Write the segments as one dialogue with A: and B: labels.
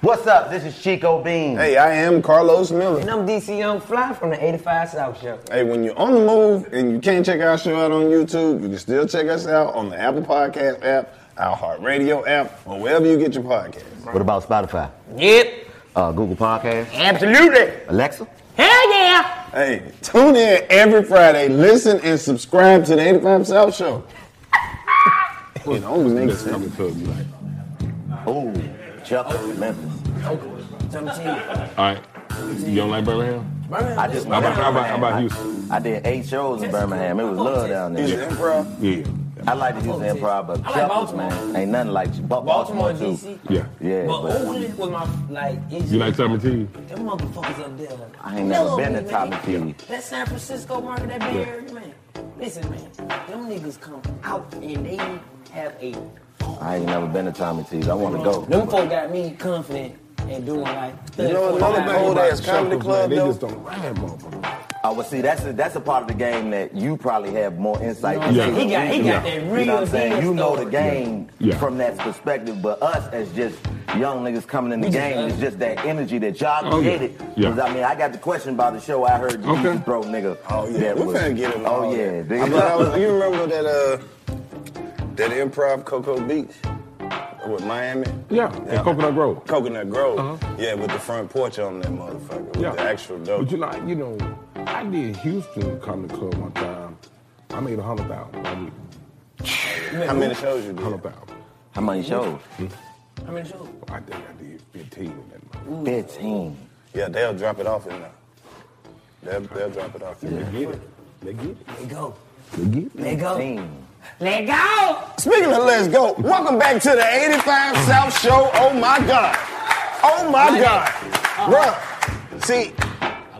A: What's up? This is Chico Bean.
B: Hey, I am Carlos Miller.
A: And I'm DC Young Fly from the 85 South Show.
B: Hey, when you're on the move and you can't check our show out on YouTube, you can still check us out on the Apple Podcast app, our Heart Radio app, or wherever you get your podcast.
A: What about Spotify?
C: Yep.
A: Uh, Google Podcast?
C: Absolutely.
A: Alexa?
C: Hell yeah.
B: Hey, tune in every Friday, listen and subscribe to the 85 South Show. you know, niggas coming to me like,
A: Oh, Chuck from Memphis.
D: All right. You don't like Birmingham?
A: I just
D: How about, how about, how about Houston?
A: I did eight shows in Birmingham. It was love down
B: is
A: there.
B: it improv?
D: Yeah.
A: I like the Houston improv, but Chuckles, man, ain't nothing like Ba- Baltimore, too.
D: Yeah.
A: oh, Yeah, but
C: was my like.
D: You like Tommy T?
C: Them motherfuckers up there.
A: I ain't never been to Tommy T.
C: That San Francisco market, that Bay Area, man. Listen, man, them niggas come out and they have a.
A: I ain't never been to Tommy T's. I want to go.
C: Them folk got me confident and doing like.
B: You know another thing old ass comedy
D: Chuckles,
B: club
D: man, They
B: though?
D: just don't ride, motherfucker.
A: Oh, well, see, that's a, that's a part of the game that you probably have more insight.
C: He
D: Yeah.
C: got, he got
D: Yeah.
C: that real
A: You know what I'm saying?
C: deal
A: You know
C: story.
A: the game
D: Yeah.
A: from that perspective, but us as just young niggas coming in the
C: We just
A: game,
C: us.
A: it's just that energy that y'all
D: Oh, yeah.
A: created.
D: Yeah.
A: Because I mean, I got the question about the show. I heard you
D: Okay.
A: used to throw nigga.
B: Oh, yeah.
A: that
B: we
A: was-
B: finna get it.
A: Oh yeah.
B: I
A: Nigga,
B: mean, I was, you remember that, uh, that improv Cocoa Beach with Miami?
D: Yeah. And Coconut Grove.
B: Coconut Grove.
D: Uh-huh.
B: Yeah, with the front porch on that motherfucker. With
D: Yeah.
B: the actual dope.
D: But you know, I- you know, I did Houston Comedy Club one time. I made a hundred thousand. one week.
B: How many shows you did?
D: Hundred thousand.
A: How many shows?
C: I mean, sure.
D: Hmm? I think I did fifteen in that month.
A: Fifteen.
B: Yeah, they'll drop it off in there. They'll, they'll drop it off in there.
D: Get it. They get it.
C: Let go.
D: They get it.
C: Let go.
A: Fifteen.
C: Let go.
B: Speaking of Let's Go, welcome back to the 85 South Show. Oh my God. Oh my God. Bruh, see,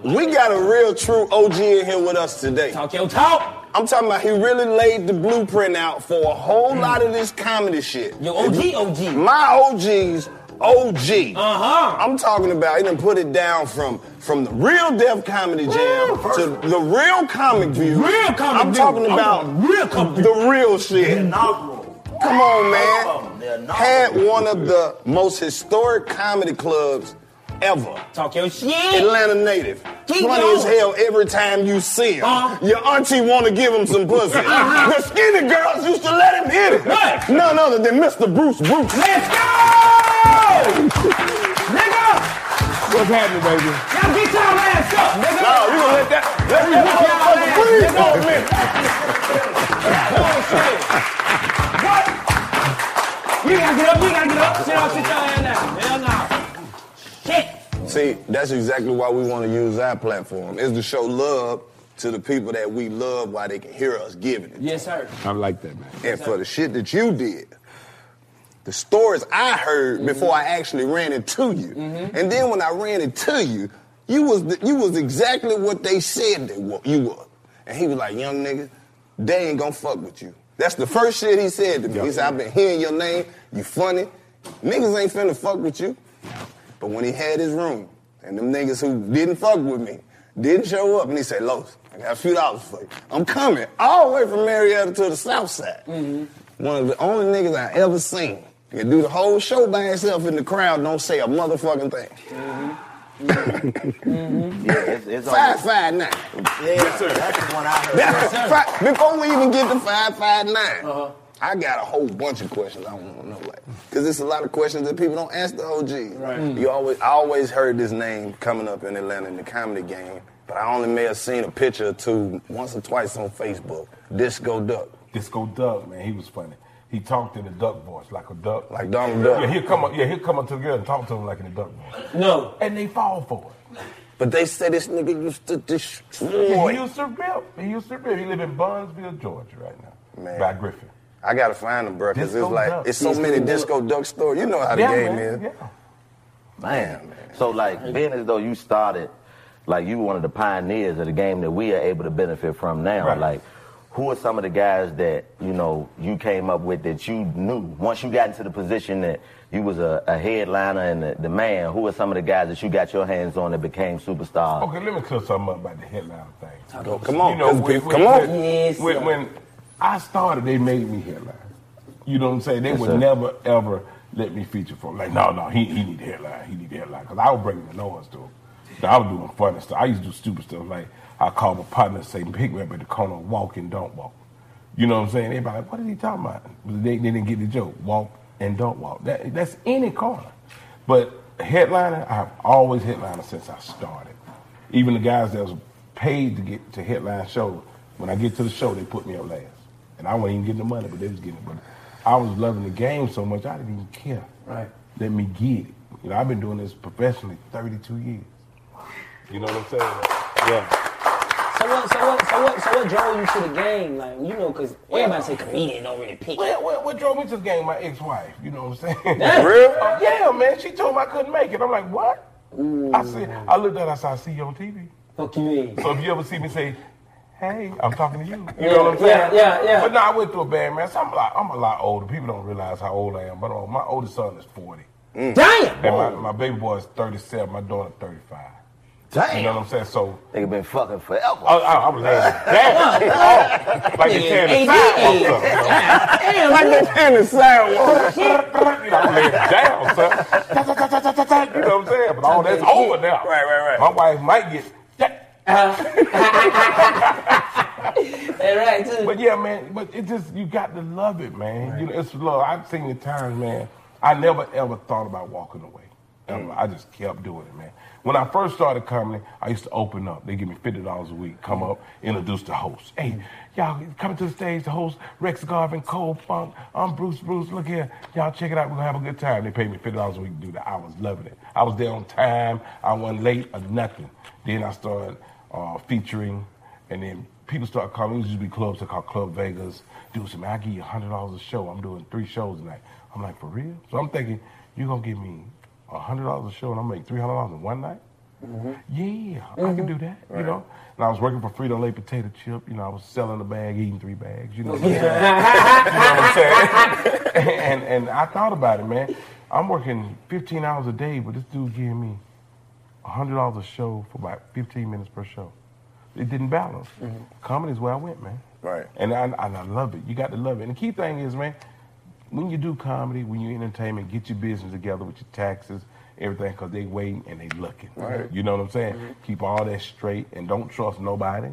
B: we got a real true OG in here with us today.
C: Talk your talk.
B: I'm talking about he really laid the blueprint out for a whole lot of this comedy shit.
C: Mm. Your OG, OG.
B: My OG's OG.
C: Uh-huh.
B: I'm talking about he done put it down from from the real Def Comedy Jam to the real Comic View.
C: Real Comic
B: I'm
C: View.
B: talking
C: I
B: about
C: want real Comic View.
B: the real shit. Come on, man. Had one of the most historic comedy clubs ever.
C: Talk your shit.
B: Atlanta native.
C: Keep
B: Funny
C: going.
B: as hell every time you see him.
C: Uh-huh.
B: Your auntie want to give him some pussy. the skinny girls used to let him hit it.
C: Right.
B: None other than Mr. Bruce Bruce.
C: Let's go! nigga!
D: What's happening, baby?
C: Y'all get y'all ass up, nigga!
B: No, we gonna let that. Let me
C: Y'all ass,
B: motherfucker breathe
C: nigga.
B: for a minute.
C: What? You gotta get up, you gotta get up. Sit down, sit your ass down. Hell no. Shit!
B: See, that's exactly why we want to use our platform is to show love to the people that we love while they can hear us giving it.
C: Yes, sir.
D: I like that, man.
B: And for the shit that you did, the stories I heard
C: Mm-hmm.
B: before I actually ran into you, and then when I ran into you, you was the, you was exactly what they said they were, you were. And he was like, "Young nigga, they ain't gonna fuck with you." That's the first shit he said to me. He said, "I've been hearing your name. You funny. Niggas ain't finna fuck with you." But when he had his room,
E: And them niggas who didn't fuck with me didn't show up, and he said, "Los, I got a few dollars for you. I'm coming all the way from Marietta to the South Side. One of the only niggas I ever seen can do the whole show by himself in the crowd, don't say a motherfucking thing.
A: Yeah, it's, it's
E: Five
A: over.
E: five nine.
A: Yeah, That's the one I heard.
E: Fi- Before we even get to five five nine, I got a whole bunch of questions I want to know, like, because there's a lot of questions that people don't ask the OG. Right.
C: Mm.
E: You always, I always heard this name coming up in Atlanta in the comedy game, but I only may have seen a picture or two once or twice on Facebook. Disco Duck,
D: Disco Duck, man, he was funny. He talked in a duck voice, like a duck.
E: like Donald Duck.
D: Yeah, he'll come up. Yeah, he'll come up to the girl and talk to him like in a duck voice.
F: No.
D: And they fall for it.
E: But they say this nigga used to destroy.
D: He used to rip. He used to rip. He live in Bunsville, Georgia, right now.
E: Man.
D: By Griffin.
E: I gotta find him, bro, because it's
D: Disco
E: like
D: Duck.
E: it's so many Disco Duck stories. You know how the game
D: man.
E: is.
D: Yeah.
E: Man, man.
A: So like being as though you started, like you were one of the pioneers of the game that we are able to benefit from now.
D: Right.
A: Like, who are some of the guys that you know you came up with that you knew once you got into the position that you was a, a headliner and the, the man? Who are some of the guys that you got your hands on that became superstars?
D: Okay, let me clear something up about the headline thing.
E: Go- come on,
D: you know,
E: 'cause
D: when,
E: people-
D: when-
E: come on.
D: When, when, when I started, they made me headline. You know what I'm saying? They would
A: sir.
D: never ever let me feature for like, no, no, he he need the headline, he need the headline, because I was bringing the noise to him. I was doing funny stuff. I used to do stupid stuff like I called my partner and say, pick me up at the corner, walk and don't walk. You know what I'm saying? Everybody, like, what is he talking about? They, they didn't get the joke. Walk and don't walk. That, that's any corner. But headliner, I've always headliner since I started. Even the guys that was paid to get to headline show, when I get to the show, they put me up last. And I wasn't even getting the money, but they was getting it. But I was loving the game so much, I didn't even care. Right. Let me get it. You know, I've been doing this professionally 32 years. You know what I'm saying? Yeah.
C: So what? So what? So what? So what drove you to the game? Like you know, cause everybody say comedian don't really pick.
D: Well, what, what drove me to the game? My ex-wife. You know what I'm saying?
E: Real?
D: Oh, yeah, man. She told me I couldn't make it. I'm like, what? I said, I looked at her, I said, I see you on TV.
C: Fuck you mean?
D: So if you ever see me say, hey, I'm talking to you. You know what I'm saying?
C: Yeah, yeah, yeah.
D: But no, I went through a bad man. So I'm, like, I'm a lot older. People don't realize how old I am. But uh, my oldest son is 40.
C: Damn.
D: And my, my baby boy is 37. My daughter 35.
A: Damn.
D: You know what I'm saying? So
A: They been fucking forever.
D: I, I, I'm like, damn. oh, like you're tearing the sidewalk up. you know?
E: Like that in the
C: Oh,
E: sidewalk.
D: you know, I'm laying down, son. Ta-ta-ta-ta-ta-ta, You know what I'm saying? But all that's over now.
E: Right, right, right.
D: My wife might get.
C: All right, too.
D: But yeah, man. But it just you got to love it, man. You know, it's love. I've seen the times, man. I never ever thought about walking away. Ever. Um, I just kept doing it, man. When I first started comedy, I used to open up. They give me fifty dollars a week. Come up, introduce the host. Hey, y'all coming to the stage. The host Rex Garvin, Cole Funk. I'm Bruce Bruce. Look here, y'all check it out. We're gonna have a good time. They paid me fifty dollars a week to do that. I was loving it. I was there on time. I wasn't late or nothing. Then I started uh, featuring and then people start calling. It used to be clubs that call Club Vegas. Do some. I give you hundred dollars a show. I'm doing three shows tonight. I'm like, for real? So I'm thinking, you gonna give me hundred dollars a show and I make three hundred dollars in one night? Yeah, I can do that. You know. And I was working for Frito Lay potato chip. You know, I was selling a bag, eating three bags. You know. what I'm saying? You know what I'm saying? and and I thought about it, man. I'm working 15 hours a day, but this dude giving me $100 a show for about 15 minutes per show. It didn't balance. Comedy is where I went, man.
E: Right.
D: And I, and I love it. You got to love it. And the key thing is, man, when you do comedy, when you entertainment, get your business together with your taxes, everything, because they waiting and they looking. Right. You know what I'm saying? Keep all that straight and don't trust nobody.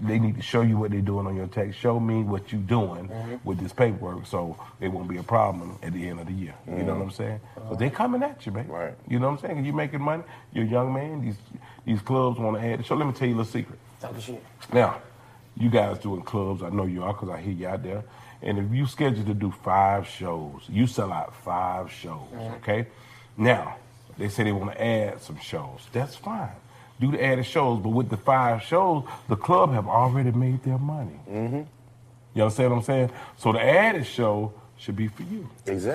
D: They need to show you what they're doing on your tax. Show me what you're doing with this paperwork, so it won't be a problem at the end of the year. You know what I'm saying? Because they coming at you, man.
E: Right.
D: You know what I'm saying? You making money. You're a young man. These these clubs want to add. So let me tell you a little secret.
C: Talking shit.
D: Now, you guys doing clubs, I know you are because I hear you out there. And if you schedule to do five shows, you sell out five shows, okay? Now, they say they want to add some shows. That's fine. Do the added shows, but with the five shows, the club have already made their money. Mm-hmm. You understand what I'm saying? So the added show should be for you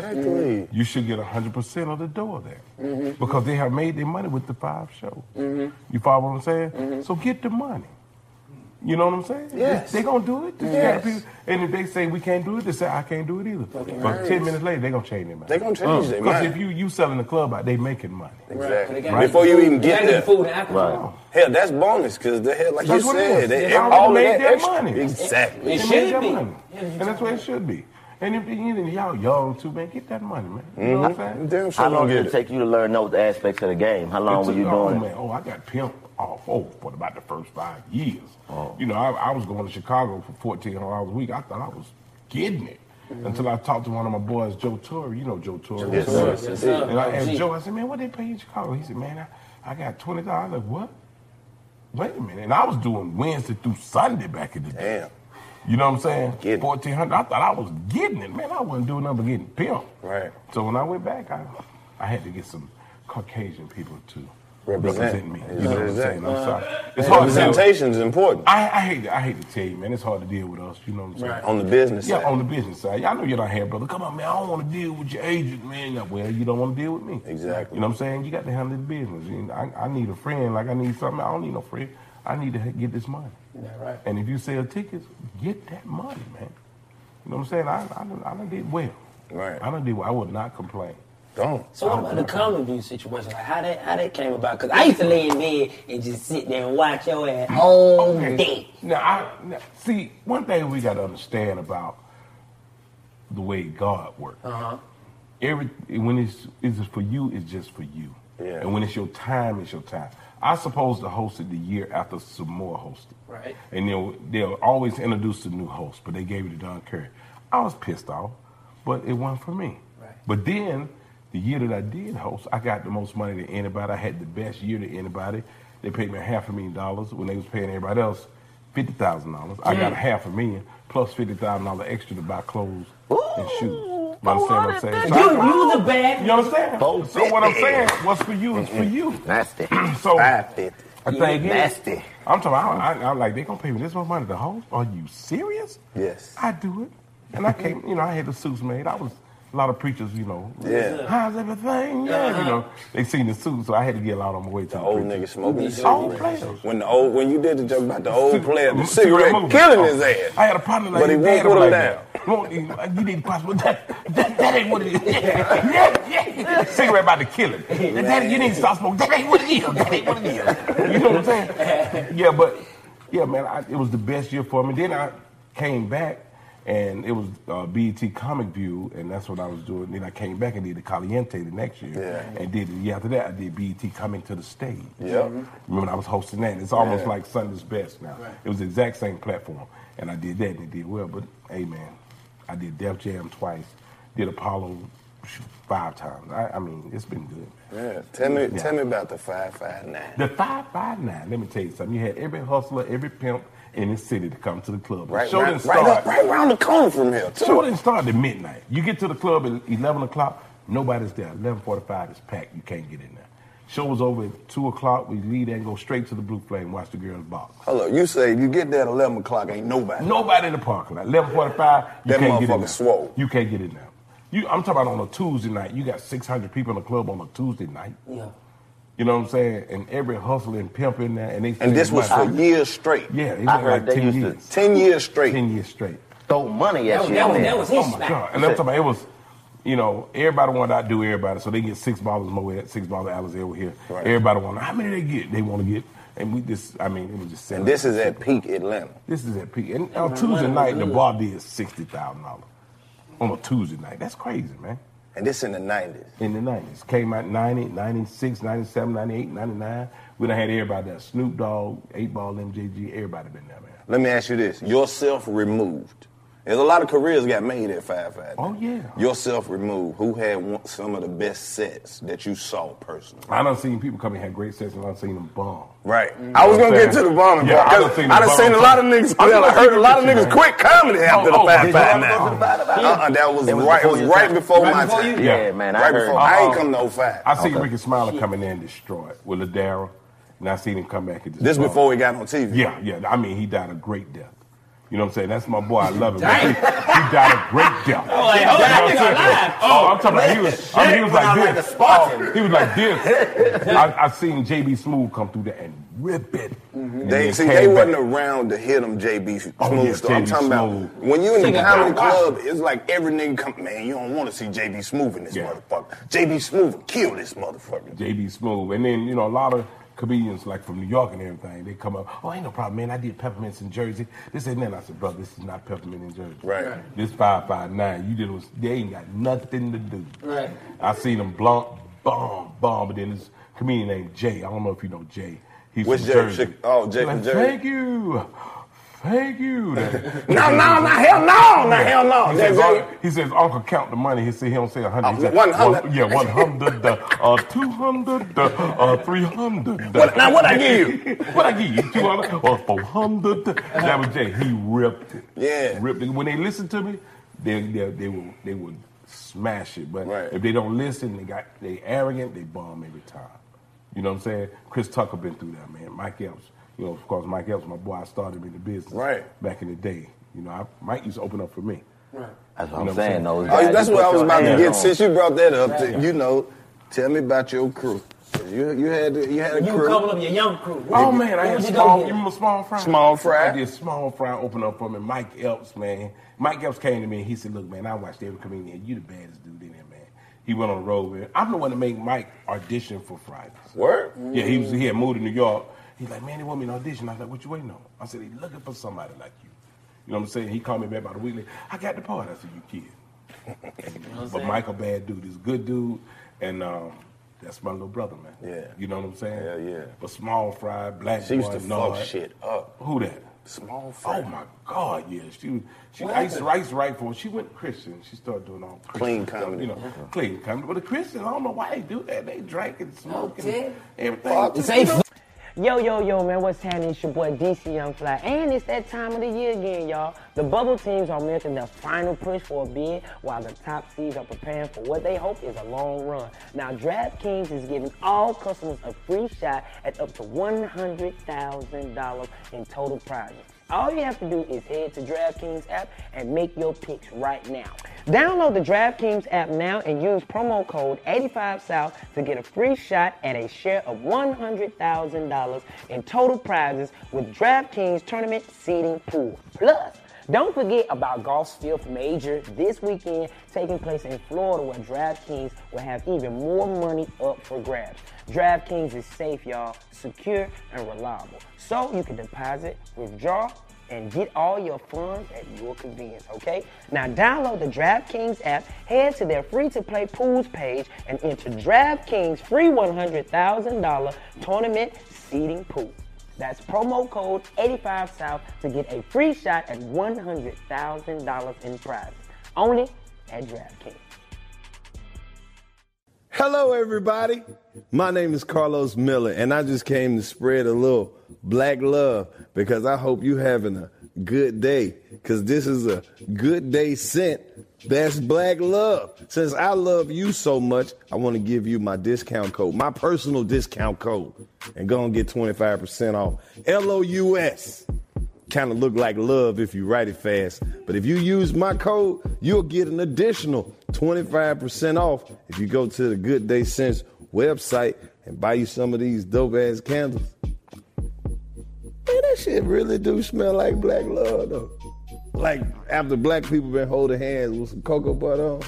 E: Exactly.
D: you should get 100% of the door there because they Mm-hmm. have made their money with the five shows. You follow what I'm saying? So get the money. You know what I'm saying?
E: Mm-hmm. Yes.
D: They, they gonna do it. Just
E: Yes.
D: gotta be- and if they say we can't do it, they say I can't do it either.
E: Fucking
D: But
E: right.
D: ten minutes later, they gonna change their mind.
E: They gonna change their
D: Because
E: mind.
D: if you you selling the club out, they making money.
E: Exactly.
C: Right.
E: Before you even get
C: Gotta
E: there.
C: get food and alcohol.
E: Hell, that's bonus because the hell, like
D: That's
E: you
D: what it
E: said,
D: is.
E: they,
D: They already
E: all of
D: made
E: that
D: their
E: extra.
D: money.
E: Exactly.
C: It
D: They
C: should
D: made that
C: be.
D: money. And that's what it should be. And if and y'all young too, man, get that money, man. You know what I'm saying?
E: Mm-hmm. Damn sure
A: Mm-hmm. How long
E: gonna
A: did
E: get
A: it take you to learn those aspects of the game? How long
D: It
A: were
D: took-
A: you
D: oh,
A: doing
D: man,
A: it?
D: oh, I got pimped off oh, for about the first five years.
A: Oh.
D: You know, I, I was going to Chicago for 14 hours a week. I thought I was getting it. Until I talked to one of my boys, Joe Torre. You know Joe Torre.
E: Yes, sir.
C: Yes, sir.
D: And I asked
C: Gee.
D: Joe, I said, man, what they pay you in Chicago? He said, man, I, I got $20. I was like, what? Wait a minute. And I was doing Wednesday through Sunday back in the day.
E: Damn.
D: You know what I'm saying?
E: Getting it.
D: 1400 I thought I was getting it. Man, I wasn't doing nothing but getting pimped.
E: Right.
D: So when I went back, I, I had to get some Caucasian people to
E: Represent.
D: represent, me. You know what I'm saying? I'm sorry. It's hard to deal.
E: Representation is important
D: I, I, hate to, I hate to tell you, man. It's hard to deal with us. You know what I'm saying?
E: on the business
D: Yeah,
E: side.
D: on the business side. Y'all know you're not here, brother. Come on, man. I don't want to deal with your agent, man. Like, Well, you don't want to deal with me.
E: Exactly.
D: You know what I'm saying? You got to handle the business. You know, I, I need a friend. Like, I need something. I don't need no friend. I need to get this money.
C: right.
D: And if you sell tickets, get that money, man. You know what I'm saying? I, I, done- I done did well.
E: Right.
D: I done did well. I would not complain.
E: Don't.
C: So what about the common view situation? Like how that how that came about? Cause I used to lay in bed and just sit there and watch your ass all day.
D: Now, I, now, see, one thing we got to understand about the way God works. Uh-huh. Every when it's is for you, it's just for you.
E: Yeah.
D: And when it's your time, it's your time. I supposed to host it the year after some more hosted.
C: Right.
D: And they'll they'll always introduce a new host, but they gave it to Don Curry. I was pissed off, but it wasn't for me.
C: Right.
D: But then the year that I did host, I got the most money to anybody. I had the best year to anybody. They paid me half a million dollars when they was paying everybody else fifty thousand dollars. I
C: Mm.
D: got a half a million plus fifty thousand dollars extra to buy clothes and shoes. You understand what I'm saying? So I
C: You
D: come-
C: you the bad Oh,
D: you understand?
A: Four
D: So what I'm
A: fifty.
D: saying, what's for you is for you.
A: Nasty.
D: So
E: Five fifty.
D: I think it-
A: Nasty.
D: I'm talking. I, I, I'm like, they gonna pay me this much money to host? Are you serious?
E: Yes.
D: I do it, and I came. You know, I had the suits made. I was a lot of preachers. You know.
E: Yeah.
D: How's everything?
C: Uh-huh.
D: Yeah. You know, they seen the suits, so I had to get a lot on my way to the,
E: Old
D: preacher.
E: nigga smoking the
D: Old
E: cigarette.
D: players.
E: When the old when you did the joke about the old player, the
D: Mm,
E: cigarette
D: movement.
E: killing
D: Oh.
E: his ass.
D: I had a partner like
E: But he
D: his
E: won't
D: dad,
E: put
D: I'm
E: him
D: like,
E: down.
D: Won't he, like, you need possible. That, that, that ain't what it is. Yeah, yeah. Cigarette about to kill him. That, that, you need to stop smoking. That ain't what it is. That ain't what it is. You know what I'm saying? Yeah, but yeah, man, I, it was the best year for me. Then I came back. And it was uh, BET Comic View, and that's what I was doing. Then I came back and did the Caliente the next year,
E: Yeah.
D: and did the year after that. I did BET Coming to the Stage.
E: Yep.
D: Remember, when I was hosting that. It's almost
E: Yeah.
D: like Sunday's Best now. It was the exact same platform, and I did that, and it did well. But hey, man, I did Def Jam twice, did Apollo shoot, five times. I, I mean, it's been good.
E: Yeah. Tell me
D: Yeah.
E: tell me about the five five nine.
D: The five five nine. Let me tell you something. You had every hustler, every pimp in the city to come to the club. The
E: Right,
D: show
E: right,
D: didn't
E: right,
D: start.
E: up, right around the corner from here. too.
D: Show didn't start at midnight. You get to the club at eleven o'clock. Nobody's there. Eleven forty-five is packed. You can't get in there. Show was over at two o'clock. We leave there and go straight to the Blue Flame. Watch the girls box.
E: Hello, you say you get there at eleven o'clock, ain't nobody.
D: Nobody in the parking lot. Eleven forty-five. You
E: That
D: can't get
E: motherfucker
D: in there.
E: swole.
D: You can't get in there. You, I'm talking about on a Tuesday night. You got six hundred people in the club on a Tuesday night.
C: Yeah.
D: You know what I'm saying? And every hustler and pimp in there, and they.
E: And this was for
D: money.
E: years straight.
D: Yeah, it was
A: I
D: like
A: heard they
D: ten
A: used to
D: years.
E: Ten years straight.
D: ten years straight.
A: Throw money
C: That
A: at
C: was,
A: you.
C: that,
A: in
C: was,
A: there.
C: that was his
D: Oh my
C: smack.
D: god! And I'm talking about it was, you know, everybody wanted to outdo everybody, so they get six bottles of Moet, six bottles of Alizé over here.
E: Right.
D: Everybody wanted how many they get? They want to get, and we just, I mean, it was just.
E: And
D: selling.
E: this is at peak Atlanta.
D: This is at peak. And on Tuesday night, the bar did sixty thousand dollars on a Tuesday night. That's crazy, man.
E: And this in the nineties.
D: In the nineties, came out 90, 96, 97, 98, 99. We done had everybody there. Snoop Dogg, Eight Ball, MJG, everybody been there, man.
E: Let me ask you this. Yourself removed. There's a lot of careers got made at five five.
D: Oh, yeah.
E: Yourself removed. Who had one, some of the best sets that you saw personally?
D: I done seen people come and had great sets, and I done seen them bomb.
E: Right. I was gonna get to the bombing
D: Yeah,
E: part.
D: I done
E: 'cause
D: seen
E: I
D: the
E: done seen a
D: bombing
E: lot of
D: part.
E: niggas.
D: I
E: I
D: done
E: done heard a lot of
D: seen the
E: niggas
D: picture, man.
E: quit comedy after the
D: oh,
E: five
D: did y'all
E: five
D: know
E: nine.
D: about it?
E: Uh-uh, that was,
A: It was
E: right. It
A: before
E: was
A: your
E: right
A: time.
E: before
A: Right
E: my
A: before
E: time.
A: you- Yeah, man, I
E: right
A: heard-
E: before. I ain't
D: Uh-uh.
E: come to 05.
D: I seen Ricky Smiler coming in destroyed with Ladera, and I seen him come back and
E: This
D: destroy.
E: before we got on TV.
D: Yeah, yeah. I mean, he died a great death. You know what I'm saying? That's my boy. I love him. But He, he died a great death.
G: Oh, like,
D: You
G: hold
D: know
G: on,
D: what
G: nigga
D: I'm saying?
G: alive.
D: Oh, I'm talking about he was. I mean, he was
A: Shit, went
D: like
A: out
D: this.
A: like a
D: Oh, he was like this. I, I seen JB Smooth come through there and rip it.
B: Mm-hmm.
D: And
H: They
D: then
H: see
D: came
H: they
D: back.
H: wasn't around to hit them JB Smooth.
D: Oh, yeah,
H: stuff. I'm
D: JB
H: talking
D: Smooth.
H: about when you in the
D: Nigga,
H: comedy
D: I watch
H: club, it's like every nigga come, man, you don't want to see JB Smooth in this
D: Yeah.
H: motherfucker. JB Smooth will kill this motherfucker.
D: JB Smooth. And then, you know, a lot of comedians like from New York and everything, they come up, oh, ain't no problem, man. I did peppermints in Jersey. This ain't nothing. I said, brother, this is not peppermint in Jersey.
H: Right.
D: This 559, you did was, they ain't got nothing to do.
I: Right.
D: I seen them blunt, bomb, bomb, and then this comedian named Jay. I don't know if you know Jay. He's
H: Which
D: from
H: Jay?
D: Jersey.
H: Chick- oh, Jay
D: He's
H: from
D: like,
H: Jersey.
D: Thank you. Thank you. no,
H: No, no, no, hell no, no, hell no.
D: He
H: That's
D: says,
H: it.
D: "Uncle- he says, Uncle, count the money. He said, he don't say a hundred. He
H: Oh,
D: said,
H: one hundred.
D: yeah, one hundred, uh, uh, two hundred, uh, uh, three hundred.
H: What- now, what I give you?
D: what I give you? Two hundred or four hundred? That was Jay. He ripped it.
H: Yeah.
D: ripped it. When they listen to me, they they they will they will smash it. But
H: Right.
D: if they don't listen, they got they arrogant. They bomb every time. You know what I'm saying? Chris Tucker been through that, man. Mike Epps. You know, of course, Mike Epps, my boy. I started him in the business
H: Right.
D: back in the day. You know, I, Mike used to open up for me.
A: That's
D: You
A: what
D: know
A: I'm saying. Those
H: Oh,
A: guys,
H: that's
A: you
H: what
A: put
H: I was
A: your
H: about to
A: hands
H: get.
A: on.
H: Since you brought that up, to- you know, tell me about your crew. You you had you had a
I: You were
H: crew.
I: covering up your young crew. What
D: Oh
I: did-
D: man, I
I: what
D: had
I: would you
D: small.
I: go
D: You
I: get?
D: remember small fry?
H: Small fry.
D: I did small fry open up for me. Mike Epps, man. Mike Epps came to me. and He said, "Look, man, I watched every comedian. You the baddest dude in there, man." He went on the road. Man. I'm the one to make Mike audition for Fridays.
H: Word.
D: Yeah, he was. He had moved to New York. He's like, "Man, they want me to audition." I was like, "What you waiting on?" I said, "They looking for somebody like you." You know what I'm saying? He called me back about a week later. I got the part. I said, "You kidding?" But Michael, bad dude, is good dude, and um, that's my little brother, man.
H: Yeah.
D: you know what I'm saying?
H: Yeah, yeah.
D: But small fry, black.
H: She used
D: boy,
H: to
D: Nard.
H: fuck shit up.
D: Who that?
H: Small
D: Oh
H: fry.
D: my God, yeah. She was. She I used, to, I used to write for her. She went Christian. She started doing all
H: Clean
D: Christian
H: comedy. Uh-huh.
D: Stuff, you know, clean comedy. But the Christians, I don't know why they do that. They drink and smoke
J: did?
D: and everything.
I: Say
C: Yo, yo, yo, man, what's happening? It's your boy DC Young Fly. And it's that time of the year again, y'all. The bubble teams are making their final push for a bid while the top seeds are preparing for what they hope is a long run. Now, DraftKings is giving all customers a free shot at up to $100,000 in total prizes. All you have to do is head to DraftKings app and make your picks right now. Download the DraftKings app now and use promo code 85South to get a free shot at a share of $100,000 in total prizes with DraftKings Tournament Seeding Pool. Plus, don't forget about golf's fifth major this weekend taking place in Florida where DraftKings will have even more money up for grabs. DraftKings is safe, y'all, secure and reliable. So you can deposit, withdraw, and get all your funds at your convenience, okay? Now download the DraftKings app, head to their free-to-play pools page, and enter DraftKings free $100,000 tournament seeding pool. That's promo code 85South to get a free shot at $100,000 in prizes. Only at DraftKings.
B: Hello, everybody. My name is Carlos Miller, and I just came to spread a little black love because I hope you having a good day. Because this is a good day sent. That's black love. Since I love you so much, I want to give you my discount code, my personal discount code, and go and get 25% off. L O U S kind of look like love if you write it fast. But if you use my code, you'll get an additional 25% off if you go to the Good Day Sense website and buy you some of these dope ass candles. Man, that shit really do smell like black love though. Like after black people been holding hands with some cocoa butter on.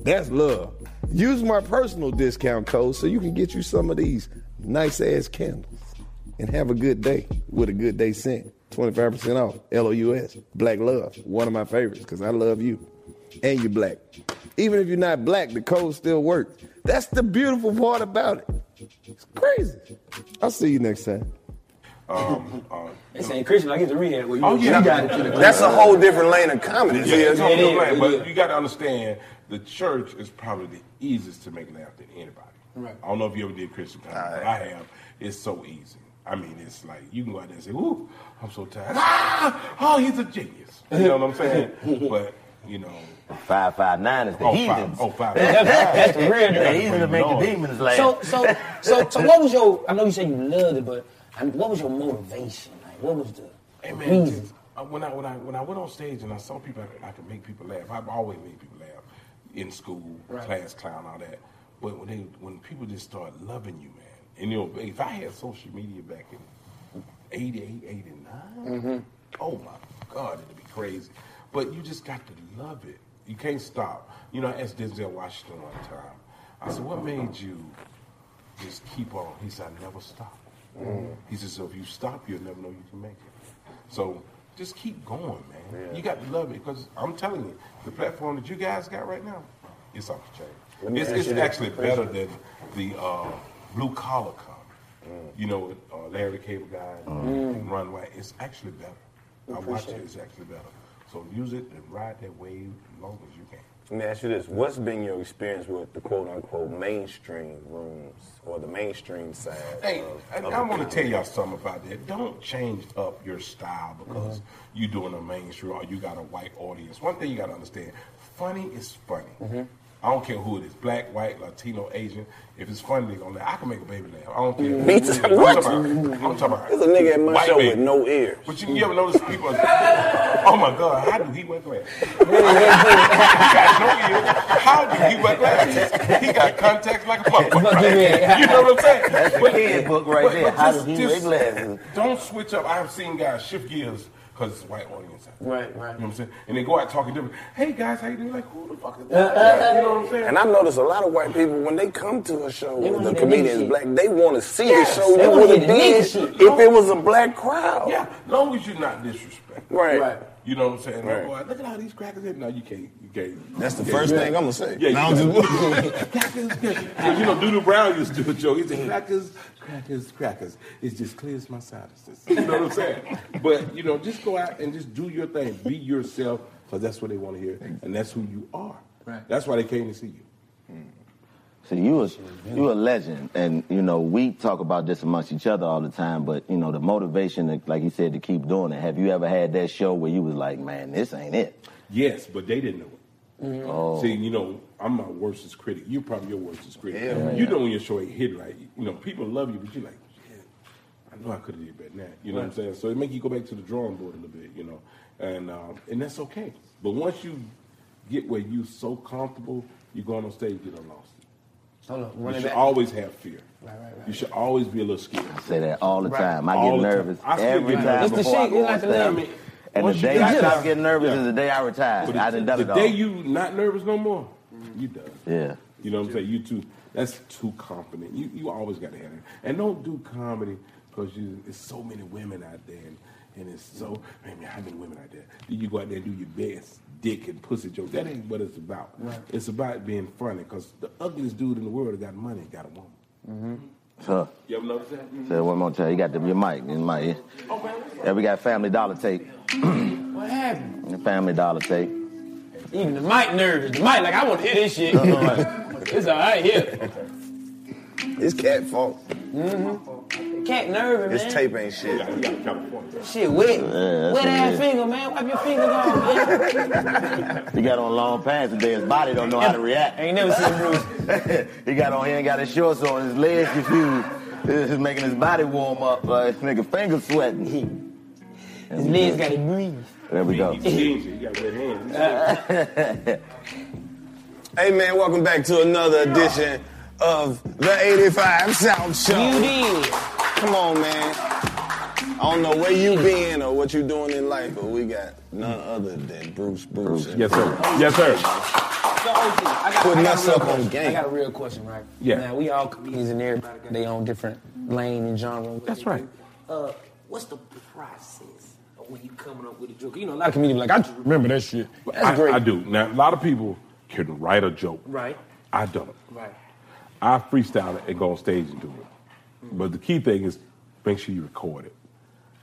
B: That's love. Use my personal discount code so you can get you some of these nice ass candles and have a good day with a good day sent. 25% off. LOUS. Black love. One of my favorites because I love you. And you're black. Even if you're not black, the code still works. That's the beautiful part about it. It's crazy. I'll see you next time.
D: Um, uh,
I: This ain't Christian. I get to read that with you.
D: Oh, yeah.
I: You got it to the
H: That's a whole different lane of comedy.
D: Yeah,
H: See,
D: it's on your
I: is,
D: plan,
I: it
D: but
I: is.
D: you got to understand the church is probably the easiest to make laugh than anybody.
I: Right.
D: I don't know if you ever did Christian comedy, but I have. It's so easy. I mean, it's like you can go out there and say, "Ooh, I'm so tired." Ah, oh, he's a genius. You know what I'm saying? but you know,
A: Five five nine is the
D: oh
A: heathens.
D: five, oh five.
I: That's the real
A: The
I: thing.
A: heathens make the
D: Lord.
A: demons laugh.
I: So, so, so, so, what was your? I know you said you loved it, but I mean, what was your motivation? Like, what was the?
D: Hey man, just, uh, when I when I when I went on stage and I saw people, I, I could make people laugh. I've always made people laugh in school,
F: Right.
D: class clown, all that. But when they when people just start loving you, man, and you know, if I had social media back in 88, 89,
I: Mm-hmm.
C: Mm-hmm.
D: oh my God, it'd be crazy. But you just got to love it. You can't stop. You know, I asked Denzel Washington one time. I said, "What made you just keep on?" He said, "I never stopped." He says, "So if you stop, you'll never know you can make it." So just keep going, man. You got to love it because I'm telling you, the platform that you guys got right now, it's off the
F: Let
D: chain.
F: me
D: It's,
F: ask
D: it's
F: you that
D: actually
F: question.
D: better than the uh, blue collar comedy. You know, uh, Larry the Cable Guy,
F: Mm.
D: and Runway. It's actually better.
F: We
D: I watch
F: appreciate
D: it.
F: it.
D: It's actually better. So use it and ride that wave as long as you can.
B: Let me ask you this: What's been your experience with the quote unquote mainstream rooms or the mainstream side?
D: Hey,
B: of,
D: I,
B: of
D: I
B: the
D: want to
B: comedy?
D: tell y'all something about that. Don't change up your style because
B: Mhm.
D: you doing a mainstream or you got a white audience. One thing you got to understand: funny is funny.
B: Mm-hmm.
D: I don't care who it is, black, white, Latino, Asian. If it's funny, they gonna laugh. I can make a baby laugh. I don't care.
B: Mm-hmm. Me too.
D: I'm
B: What?
D: talking about- I'm talking about.
B: There's a nigga at my
D: white
B: show
D: baby.
B: with no ears.
D: But you, you ever notice people? oh my God! How do he wear glasses? he got no ears. How do he wear glasses? He got contacts like a motherfucker. you know what I'm saying?
B: That's the kid book right there. How do he wear glasses?
D: Don't switch up. I've seen guys shift gears because it's white audience.
B: Right, right.
D: You know what I'm saying? And they go out talking different. Hey guys, how you doing? Like who the fuck is that? you know what I'm saying?
B: And I noticed a lot of white people when they come to a show with the comedians black, they want to see
D: Yes,
B: the show
D: they
B: you
D: wanna
B: would have
D: hear the
B: did
D: nigga shit.
B: if it was a black crowd.
D: Yeah, long as you're not disrespectful.
B: Right. Right.
D: You know what I'm saying? Like,
B: Right.
D: boy, look at how these crackers hit. No, you can't. You can't.
B: That's the
D: you
B: first
D: can't.
B: thing I'ma say.
D: Yeah,
B: Now
D: you
B: I'm
D: know. you know, Doodle Brown used to do a joke. He said, crackers, crackers, crackers. It just clears my sinuses. You know what I'm saying? But, you know, just go out and just do your thing. Be yourself, because that's what they want to hear. And that's who you are. Right. That's why they came to see you.
A: See, you was you a legend, and you know we talk about this amongst each other all the time. But you know the motivation, to, like you said, to keep doing it. Have you ever had that show where you was like, man, this ain't it?
D: Yes, but they didn't know it.
A: Oh.
D: See, you know, I'm my worstest critic. You're probably your worstest critic.
A: Yeah, man.
D: you know when your show ain't hit right. You know, people love you, but you're like, yeah, I know I could have did better than that. You know what I'm saying? So it make you go back to the drawing board a little bit, you know, and um, and that's okay. But once you get where you so comfortable, you go on stage, you don't lost it.
F: Hold on,
D: You
F: run it
D: should
F: back.
D: always have fear.
F: Right, right, right.
D: You should always be a little scared. I
A: say that all the time. I get
D: the time.
A: nervous
D: I still get
A: every time
D: nervous.
A: before I go on stage. And the
D: once you
A: day
D: got
A: I stop
D: there-
A: getting nervous
D: Yeah.
A: is the day I retire.
D: But
A: I done done
D: the
A: it all.
D: day you not nervous no more, you done.
A: Yeah.
D: You know what I'm saying? You too. That's too confident. You you always got to have it. And don't do comedy because you. There's so many women out there, and, and it's so. I mean, how many women out there? Do you go out there and do your best dick and pussy joke? That ain't what it's about.
F: Right.
D: It's about being funny because the ugliest dude in the world that got money got a woman.
A: Huh.
D: You ever notice that? Mm-hmm. Oh,
A: Say it one more time. You got the, your mic. Your mic. Yeah, we got Family Dollar tape.
C: What happened?
A: Family Dollar tape.
C: Even the mic nervous. The mic, like, I want to hear this shit.
A: Uh-huh.
C: it's all right here.
E: It's cat fault.
C: Mm-hmm. Cat nervous, man.
E: This tape ain't shit.
C: Shit wet.
A: Yeah,
C: wet
A: that's what it
C: ass
A: is.
C: finger, man. Wipe your fingers off, man.
A: He got on long pants today. His body don't know how to react.
C: Ain't never seen
A: Bruce. he got on here and got his shorts on. His legs confused. This is making his body warm up. Like nigga, fingers sweating.
C: His legs got to breathe.
A: There we go.
E: Hey man, welcome back to another edition of the 85 South Show. You
C: did.
E: Come on, man. I don't know where you been or what you doing in life, but we got none other than Bruce Bruce.
D: Yes, sir. Yes, sir.
C: So, OG, I got,
E: Putting
C: I got
E: us
C: a real
E: up on
C: question.
E: game.
C: I got a real question, right?
E: Yeah.
C: Now, we all comedians in there. They own different lane and genre. That's right. Uh, what's the process of when you coming up with a joke? You know, a lot of comedians be like, I just remember that shit. That's
D: I,
C: great.
D: I do. Now a lot of people can write a joke.
C: Right.
D: I don't.
C: Right.
D: I freestyle it and go on stage and do it. But the key thing is make sure you record it.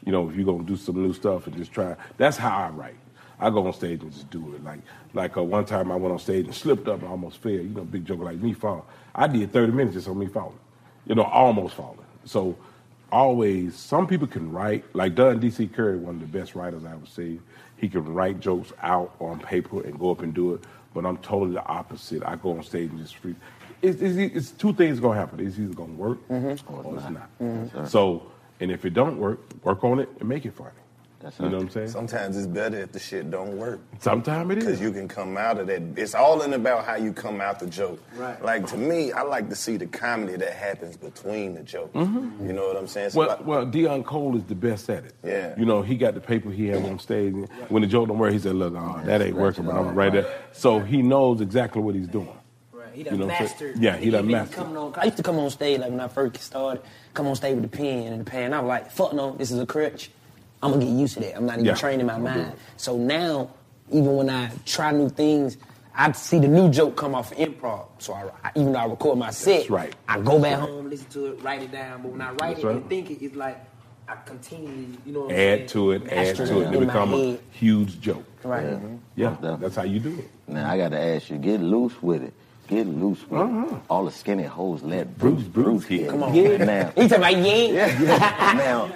D: You know, if you're gonna do some new stuff and just try. That's how I write. I go on stage and just do it. Like, like uh, one time I went on stage and slipped up and almost fell. You know, big joker like me fall. I did 30 minutes just on me falling. You know, almost falling. So always, some people can write. Like Dunn D.C. Curry, one of the best writers I ever seen. He can write jokes out on paper and go up and do it. But I'm totally the opposite. I go on stage and just free. It's, it's, it's two things gonna happen. It's either gonna
B: Mm-hmm.
D: work or it's not. So, and if it don't work, work on it and make it funny.
K: you know what I'm saying?
B: Sometimes it's better if the shit don't work.
D: Sometimes it is.
B: Because you can come out of that. It's all in about how you come out the joke. Right. Like to me, I like to see the comedy that happens between the jokes.
D: Mhm.
B: You know what I'm saying? So
D: Well, well, Dion Cole is the best at it.
B: Yeah.
D: You know, he got the paper he had on stage. When the joke don't work, he said, "Look, oh, that ain't working, but I'm right there." So he knows exactly what he's doing.
C: Right. He
D: done You know what I'm saying? mastered Yeah, he the done evening mastered.
C: I used to come on stage like when I first started, come on stage with the pen and the pen. I was like, fuck no, this is a crutch. I'm gonna get used to that. I'm not even
L: Yeah.
C: training my
L: I'll do
C: mind.
L: it.
C: So now, even when I try new things, I see the new joke come off of improv. So I, I- even though I record my set,
D: right.
C: I go back home.
L: listen to it, write it down. But when I write
D: That's
L: it
D: right.
L: and think it, it's like I continually, you know. What
D: Add
L: I'm saying?
D: to it, add
L: Master
D: to it,
L: in
D: and it
L: my
D: become a
L: head.
D: huge joke.
L: Right.
A: Mm-hmm.
D: Yeah, that's how you do it.
A: Now I gotta ask you, get loose with it. Get loose with
C: Uh-huh.
A: it. All the skinny hoes let Bruce Bruce hit.
L: Come on.
A: Yeah. Now,
L: He talking about yeah.
A: now,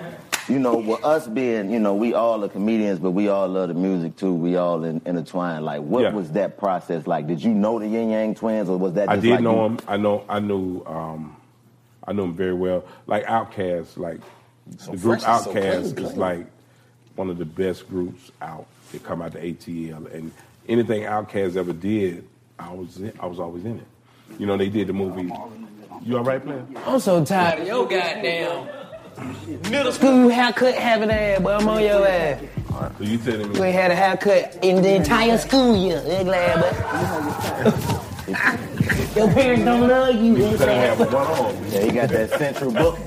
A: you know, with us being, you know, we all are comedians, but we all love the music too. We all in, intertwined. Like, what was that process like? Did you know the Yin Yang Twins, or was that?
D: I
A: Just
D: did
A: like
D: know
A: you-
D: him. I know. I knew. Um, I knew him very well. Like Outkast, like
B: So
D: the group
B: fresh and so
D: Outkast
B: clean,
D: is
B: clean.
D: like one of the best groups out that come out to ATL. And anything Outkast ever did, I was in, I was always in it. You know, they did the movie. You all right, player?
C: I'm so tired of your goddamn middle school haircut having ass, but I'm on your ass.
D: So you telling
C: You ain't
D: me?
C: had a haircut in the entire school year. They're glad, but your parents don't love you.
D: You couldn't have one on.
A: Yeah, he got that central book.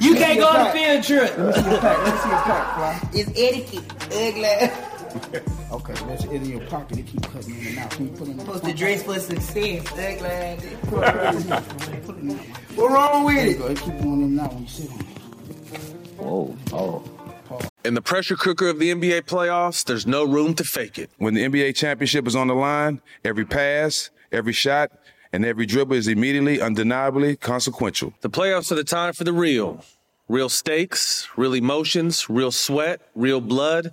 C: You can't go on a field trip.
M: It's etiquette. Ugly. okay, that's it in your pocket. It keep cutting in and out. Can you put it in the
N: Supposed to dress for success. Ugly.
M: What's wrong with it? Go. It keep going in and out when you sit on it.
A: Whoa, oh.
G: In the pressure cooker of the NBA playoffs, there's no room to fake it.
O: When the NBA championship is on the line, every pass, every shot, and every dribble is immediately, undeniably consequential.
G: The playoffs are the time for the real. Real stakes, real emotions, real sweat, real blood,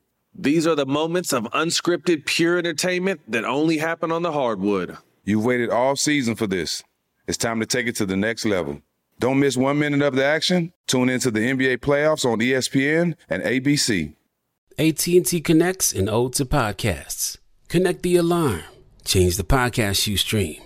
G: These are the moments of unscripted, pure entertainment that only happen on the hardwood.
O: You've waited all season for this. It's time to take it to the next level. Don't miss one minute of the action. Tune into the NBA playoffs on E ESPN and ABC.
P: AT&T connects and ode to podcasts. Connect the alarm. Change the podcast you stream.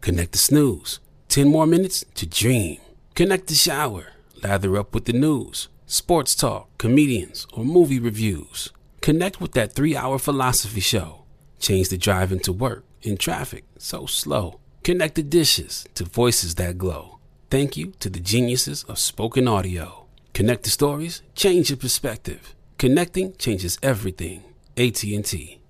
P: Connect the snooze. 10 more minutes to dream. Connect the shower. Lather up with the news, sports talk, comedians, or movie reviews. Connect with that three hour philosophy show. Change the drive into work in traffic so slow. Connect the dishes to voices that glow. Thank you to the geniuses of spoken audio. Connect the stories, change your perspective. Connecting changes everything. AT&T.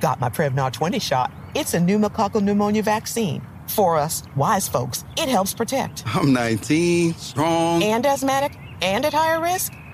Q: Got my Prevnar 20 shot. It's a pneumococcal pneumonia vaccine. For us, wise folks, it helps protect.
R: I'm 19, strong.
Q: And asthmatic and at higher risk,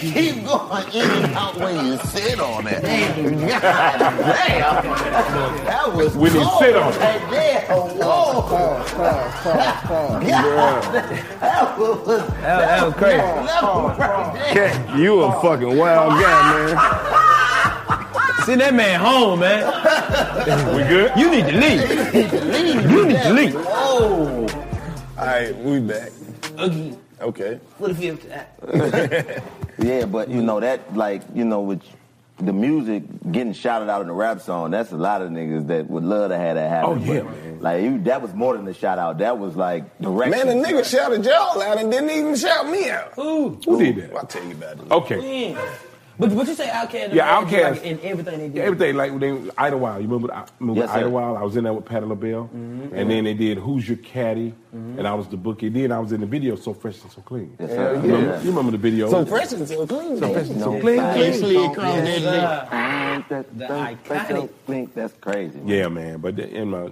A: keep going in and out when you sit on it. God damn. That was
D: When you
A: cold.
D: sit on it.
A: Hey, yeah, whoa. God, that was,
K: that was crazy.
A: That was right there.
K: you a fucking wild guy, man.
F: Send that man home, man. we good? You need to leave. you need to leave.
C: Oh.
B: Whoa. All right, we back.
A: Okay.
N: What if you have to
A: Yeah, but you know that like you know with the music getting shouted out in the rap song, that's a lot of niggas that would love to have that happen.
B: Oh, yeah,
A: But, Like you, that was more than a shout out. That was like direct.
B: Man, the nigga shouted y'all out and didn't even shout me out.
N: Who?
B: Who did that? I'll tell you about it.
D: Okay.
N: Yeah. But what you say, Outkast?
D: Yeah,
N: and Rage,
D: Outkast.
N: Like, in everything they do.
D: Yeah, everything like they, Idlewild. You remember, the- remember
N: Yes, sir.
D: Idlewild? I was in there with Patti LaBelle,
N: Mhm.
D: and then they did "Who's Your Caddy,"
B: Mhm.
D: and I was the bookie. Then I was in the video "So Fresh and So Clean."
B: Yes,
D: You
B: sir.
D: remember-
B: Yeah.
D: You remember the video?
B: So fresh and so clean.
D: So fresh and so
B: man.
D: clean,
B: Yes,
D: clean.
B: sir.
D: Clean, clean.
B: Yes, sir.
A: The iconic. Think that's crazy.
D: Yeah, man. But the, in my,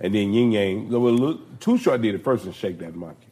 D: and then Ying Yang, well, look, Too Short did it first and shake that monkey.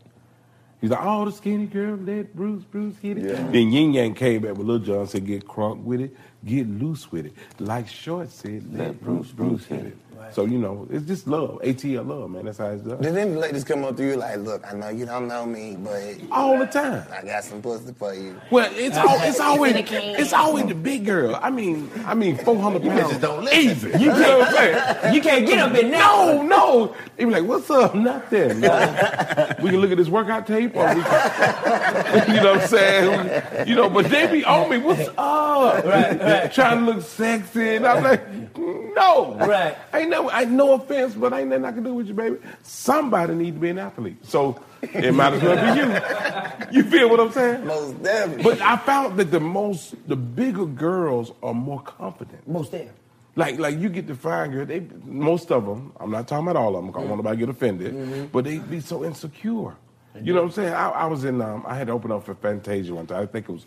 D: He's like, oh, the skinny girl, that Bruce, Bruce hit it. Then Ying Yang came back with Lil John said, get crunk with it, get loose with it. Like Short said, let, Bruce, Bruce, hit it. So, you know, it's just love, ATL love, man. That's how it's done.
B: Did them ladies come up to you like, look, I know you don't know me, but
D: all the time.
B: I got some pussy for you.
D: Well, it's al- it's always it's always the big girl. I mean, I mean, four hundred pounds.
B: bitches don't
D: easy. You
B: can't-
D: know what I'm saying?
B: you can't get up in there.
D: No, no. They be like, "What's up? Nothing." No. we can look at this workout tape, or we can, you know what I'm saying? You know, but they be on me. What's up? Trying to look sexy, and I'm like, no, right? Ain't no, I no offense, but ain't nothing I can do with you, baby. Somebody need to be an athlete, so it might as well be you. You feel what I'm saying?
B: Most definitely.
D: But I found that the most, the bigger girls are more confident.
N: Most definitely.
D: Like, like you get the fine girl. They, most of them. I'm not talking about all of them. 'cause I don't want nobody to get offended.
N: Mm-hmm.
D: But they be so insecure. You know what I'm saying? I, I was in. Um, I had to open up for Fantasia one time. I think it was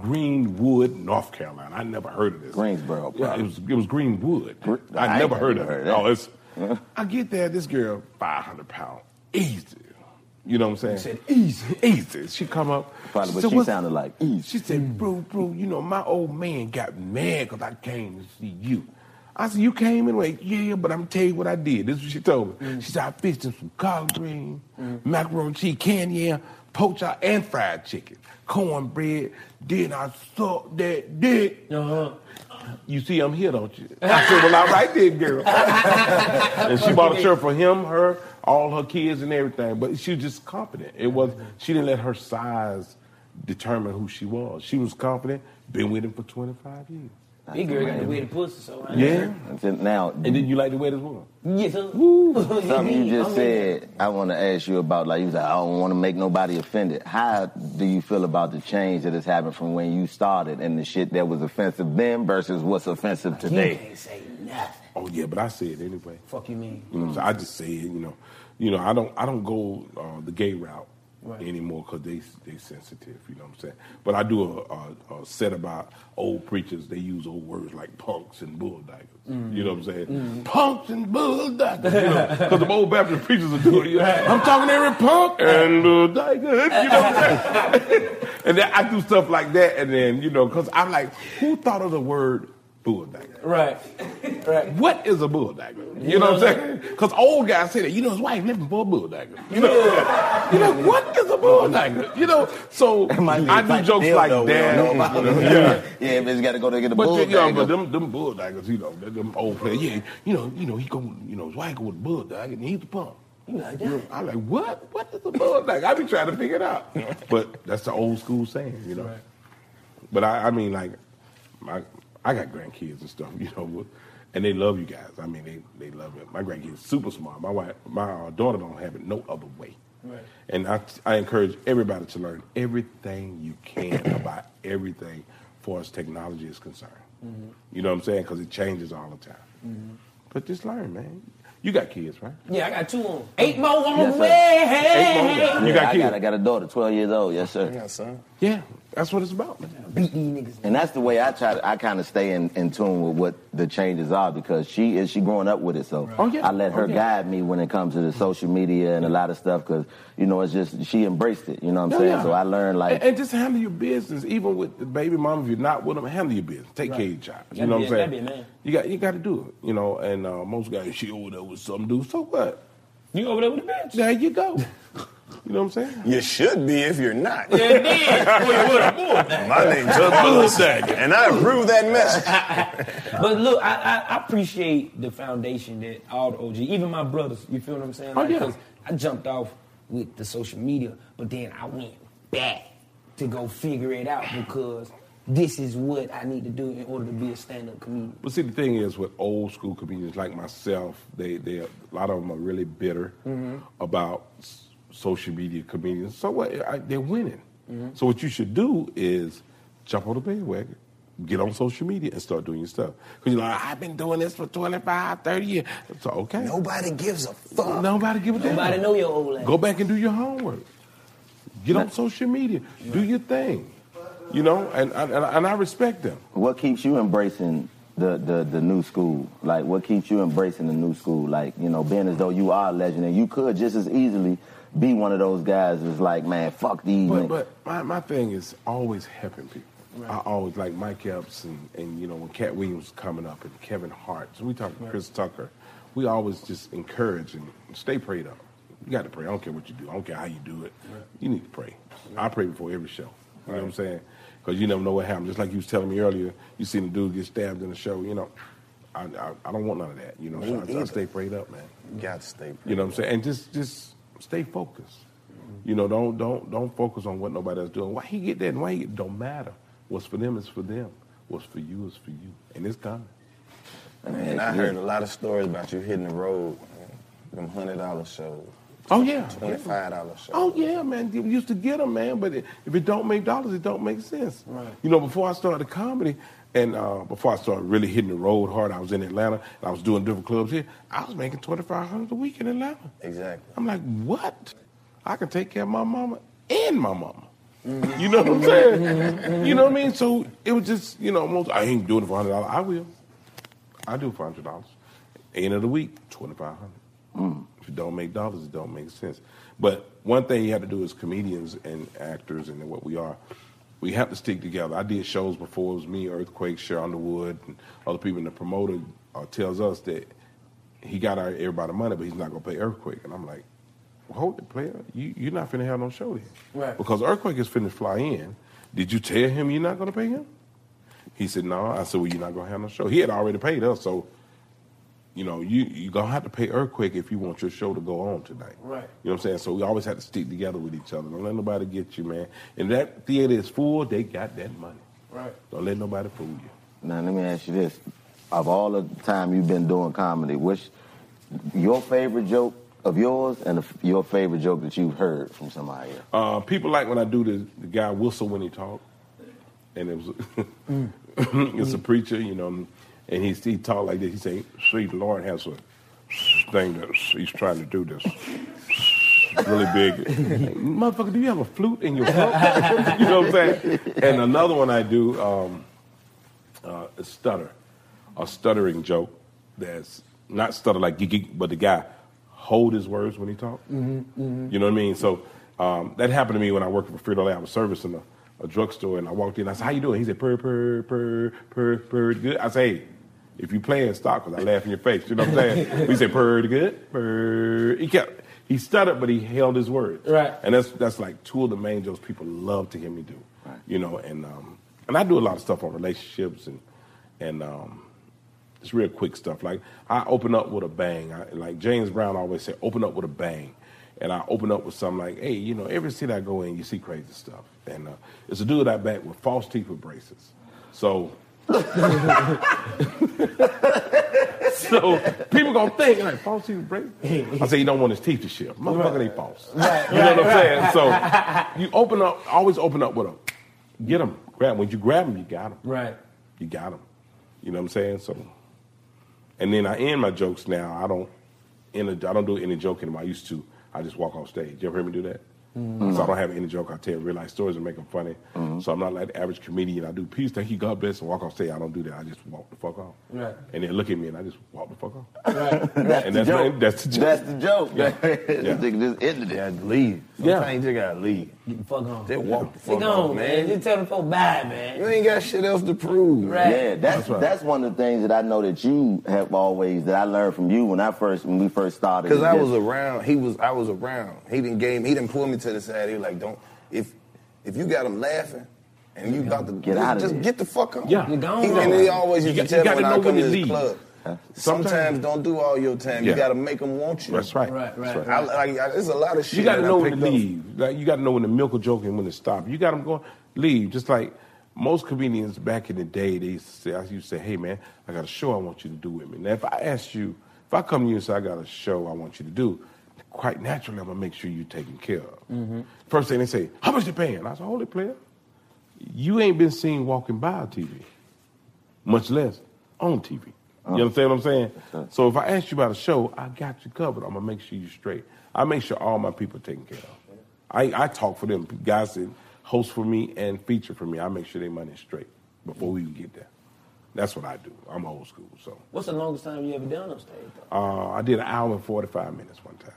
D: Greenwood, North Carolina. I never heard of this.
A: Greensboro,
D: Yeah, it was. It was Greenwood. I,
A: I
D: never
A: ain't
D: heard of
A: never
D: it.
A: heard
D: No, it's. I get there. This girl, 500 pounds, easy. You know what I'm saying?
A: said
D: easy, easy. She come up.
A: Probably
D: she
A: what
D: said,
A: she
D: "What's-
A: sounded like.
D: She said, bro, bro, you know, my old man got mad because I came to see you. I said, you came in like, yeah, but I'm tell you what I did. This is what she told
A: Mm.
D: me. She said, I fixed him some collard greens, macaroni and cheese, canned poached out and fried chicken, cornbread. Then I sucked that dick. Uh-huh. You see, I'm here, don't you? I said, well, all right then, girl. and she bought a shirt for him, her, all her kids, and everything. But she was just confident. It was she didn't let her size determine who she was. She was confident. Been with him for 25 years.
N: Big girl got the weird pussy, so I
D: Yeah.
A: now,
D: and then you like the way this woman.
N: Yeah, so.
A: Something you just
N: I mean,
A: said, I want to ask you about. Like you said, I don't want to make nobody offended. How do you feel about the change that has happened from when you started and the shit that was offensive then versus what's offensive
N: You
A: today?
N: can't say nothing.
D: Oh yeah, but I say it anyway.
N: Fuck you mean?
D: You know, so I just say it. You know, you know, I don't, I don't go uh, the gay route
N: Right.
D: anymore because they they sensitive. You know what I'm saying? But I do a, a, a set about old preachers. They use old words like punks and bulldaggers.
N: Mm-hmm.
D: You know what I'm saying? Punks and bulldaggers. You know, because the old Baptist preachers are doing. You know, I'm talking to every punk and bulldaggers. You know what I'm saying? and then I do stuff like that, and then you know, because I'm like, who thought of the word bulldagger?
N: Right. Right.
D: What is a bulldagger? You know what I'm saying? Because old guys say that. You know, his wife living for a bulldagger. You know, you know what is a bulldagger? You know, so I do
A: Like,
D: jokes
A: hell
D: like
A: no, we don't
D: that.
A: know about it.
D: Yeah.
A: yeah, but you got to go to get a
D: But you know,
A: bulldagger.
D: but them them bulldaggers, you know, them- them old players. Yeah, you know, you know, he go, you know, his wife go with a bulldagger, and he's the pump.
N: You like
D: You
N: that?
D: know, I'm like, what? What is a bulldagger? I be trying to figure it out. But that's the old school saying, you know. But I, I mean, like, my, I got grandkids and stuff, you know, but- and they love you guys. I mean, they, they love it. My grandkids super smart. My wife, my uh, daughter don't have it no other way.
F: Right.
D: And I, I encourage everybody to learn everything you can about everything, far as technology is concerned.
C: Mm-hmm.
D: You know what I'm saying? Because it changes all the time. But just learn, man. You got kids, right?
N: Yeah, I got two on. Eight more on
D: Yes,
N: the
D: sir.
N: way.
D: Eight more. You
A: Yeah,
D: got
A: I
D: kids.
A: got, I got a daughter, 12 years old. Yes, sir.
B: Yes, sir.
D: Yeah, that's what it's about. Man.
N: Beat these niggas.
A: And that's the way I try. To, I kind of stay in, in tune with what the changes are because she is she growing up with it. So
D: Oh, yeah.
A: I let her
D: Oh, yeah.
A: guide me when it comes to the social media and a lot of stuff because you know it's just she embraced it. You know what I'm
D: Yeah,
A: saying?
D: yeah.
A: So I learned like
D: and, and just handle your business, even with the baby mom. If you're not with them, handle your business. Take care of your child. You
N: Gotta
D: know
N: be
D: what I'm
N: a- gotta
D: saying?
N: be a man.
D: You got you got to do it. You know, and uh, most guys, she over there with some dude. So what?
N: You over there with the bitch?
D: There you go. You know what I'm saying?
B: You should be if you're not.
D: Yeah,
F: indeed. Boy, what a boy.
B: My name's Judge Bullsack, and I approve that message.
C: But look, I, I, I appreciate the foundation that all the OG, even my brothers, you feel what I'm saying?
D: Oh, yeah.
C: Because I jumped off with the social media, but then I went back to go figure it out because this is what I need to do in order to be a stand-up comedian.
D: But see, the thing is, with old school comedians like myself, they they a lot of them are really bitter
C: Mhm.
D: about s- social media comedians. So what? I, they're winning.
C: Mm-hmm.
D: So what you should do is jump on the bandwagon. Get on social media and start doing your stuff. Because you're like, I've been doing this for 25, 30 years. So, okay. Nobody gives a fuck. Nobody gives a damn.
C: Nobody know your old ass.
D: Go back and do your homework. Get on social media. Do your thing. You know, and, and, and I respect them.
A: What keeps you embracing the, the, the new school? Like, what keeps you embracing the new school? Like, you know, being as though you are a legend and you could just as easily be one of those guys that's like, man, fuck these.
D: But
A: niggas.
D: but my, my thing is always helping people. I always like Mike Epps and, and you know when Cat Williams was coming up and Kevin Hart. So we talk
C: Right.
D: Chris Tucker. We always just encourage and stay prayed up. You got to pray. I don't care what you do. I don't care how you do it. You need to pray. I pray before every show. You know what I'm saying? Because you never know what happened. Just like you was telling me earlier, you seen a dude get stabbed in a show. You know, I, I, I don't want none of that. You know,
B: Me
D: so I- I,
B: either.
D: stay prayed up, man.
B: You got to stay.
D: You know what I'm saying? And just just stay focused. You know, don't don't don't focus on what nobody else doing. Why he get that and why he get, don't matter. What's for them is for them. What's for you is for you. And it's coming.
B: Man, I heard a lot of stories about you hitting the road, man. them hundred dollar shows.
D: Oh yeah.
B: twenty five dollar shows.
D: Oh yeah, man. You used to get them, man. But it, if it don't make dollars, it don't make sense.
B: Right.
D: You know, before I started comedy, and uh, before I started really hitting the road hard, I was in Atlanta and I was doing different clubs here. I was making twenty five hundred a week in Atlanta.
B: Exactly.
D: I'm like, what? I can take care of my mama and my mama.
L: Mm-hmm.
D: You know what I'm saying? you know what I mean? So it was just, you know, most I ain't doing it for hundred dollars. I will. I do for hundred dollars. End of the week, twenty five hundred. If it don't make dollars, it don't make sense. But one thing you have to do as comedians and actors and what we are, we have to stick together. I did shows before. It was me, Earthquake, Cheryl Underwood, and other people. And the promoter uh, tells us that he got our, everybody money, but he's not going to pay Earthquake. And I'm like, well, hold it, player. You, you're not finna have no show here.
C: Right.
D: Because Earthquake is finna fly in. Did you tell him you're not going to pay him? He said, no. I said, well, you're not going to have no show. He had already paid us, so, you know, you, you're going to have to pay Earthquake if you want your show to go on tonight.
C: Right.
D: You know what I'm saying? So we always have to stick together with each other. Don't let nobody get you, man. And that theater is full, they got that money.
C: Right.
D: Don't let nobody fool you.
A: Now let me ask you this: Of all the time you've been doing comedy, which your favorite joke of yours and the, your favorite joke that you've heard from somebody else?
D: Uh, people like when I do the, the guy whistle when he talk, and it was
C: Mm.
D: it's a preacher, you know, and he he talk like this. He say, "See, the Lord has a thing that he's trying to do this." Really big, motherfucker. Do you have a flute in your throat? you know what I'm saying? And another one I do um, uh, is stutter, a stuttering joke that's not stutter like geek, geek, but the guy hold his words when he talk.
S: Mm-hmm.
D: You know what I mean? So um, that happened to me when I worked for Frito Lay. I was servicing a, a drugstore, and I walked in. I said, "How you doing?" He said, "Per per per per per good." I said, "Hey, if you playing, stop," because I laugh in your face. You know what I'm saying? he said, "Per good, per." He kept. He stuttered, but he held his words.
C: Right.
D: And that's that's like two of the main jokes people love to hear me do. You know, and um, and I do a lot of stuff on relationships and and um, it's real quick stuff. Like I open up with a bang. I, like James Brown always said, open up with a bang. And I open up with something like, hey, you know, every city I go in, you see crazy stuff. And uh, it's a dude I back with false teeth with braces. So. so people gonna think like false teeth with braces. I say you don't want his teeth to shift. Motherfucker, they false. you know what I'm
F: right,
D: saying?
F: right.
D: So you open up, always open up with them. Get them, grab 'em. When you grab them, you got them.
C: Right.
D: You got them. You know what I'm saying? So, and then I end my jokes now. I don't, end a, I don't do any joking. anymore. I used to. I just walk off stage. You ever hear me do that? So I don't have any joke. I tell real life stories and make them funny. So I'm not like the average comedian. I do peace, thank you, God bless, and walk off stage. I don't do that. I just walk the fuck off.
C: Right.
D: And then look at me, and I just walk the fuck off.
A: That's
D: and
A: the
D: that's, my-
A: joke.
D: that's the joke.
A: That's the joke.
D: Yeah.
A: This nigga just ended it.
B: I believe. Sometimes you just gotta leave.
L: Fuck on.
B: Just walk the
L: They
B: fuck
L: gone,
B: off,
L: man. You
B: man.
L: tell them folks bye, man.
B: You ain't got shit else to prove.
L: Right.
A: Yeah, that's
B: That's
A: that's,
B: right.
A: one of the things that I know that you have always that I learned from you when I first when we first started.
B: Because
A: is
B: I
A: just-
B: was around. He was. I was around. He didn't gave. me- He didn't pull me to the side. He was like, "Don't if if you got him laughing." And you about to
A: Get
B: just,
A: outta
B: just
A: there.
B: get the fuck out.
A: Yeah.
B: He,
A: You're gone,
B: and
A: though.
B: he always
A: You
B: used to
A: got-
B: tell
A: you gotta
B: me when I
A: know
B: come
A: when
B: to
A: to
B: this
A: leave.
B: club. Sometimes, don't do all your time.
D: Yeah.
B: You got to make them want you.
D: That's right. Right, right,
B: I,
D: right.
B: like, I, there's a lot of shit.
D: You got to
B: that I
D: know when to
B: picked up.
D: leave. Like you got to know when to milk a joke and when to stop. You got them going leave. Just like most comedians back in the day, they used to say, I used to say, "Hey man, I got a show I want you to do with me." Now if I ask you, if I come to you and say I got a show I want you to do, quite naturally I'm gonna make sure you're taken care of. First thing they say, "How much you paying?" I said, "Holy player, you ain't been seen walking by a TV, much less on TV." You understand what I'm saying? So if I ask you about a show, I got you covered. I'm gonna make sure you straight. I make sure all my people are taken care of. I, I talk for them guys that host for me and feature for me. I make sure their money's straight before we even get there. That's what I do. I'm old school. So
L: What's the longest time you ever done on stage?
D: uh, I did an hour and 45 minutes one time.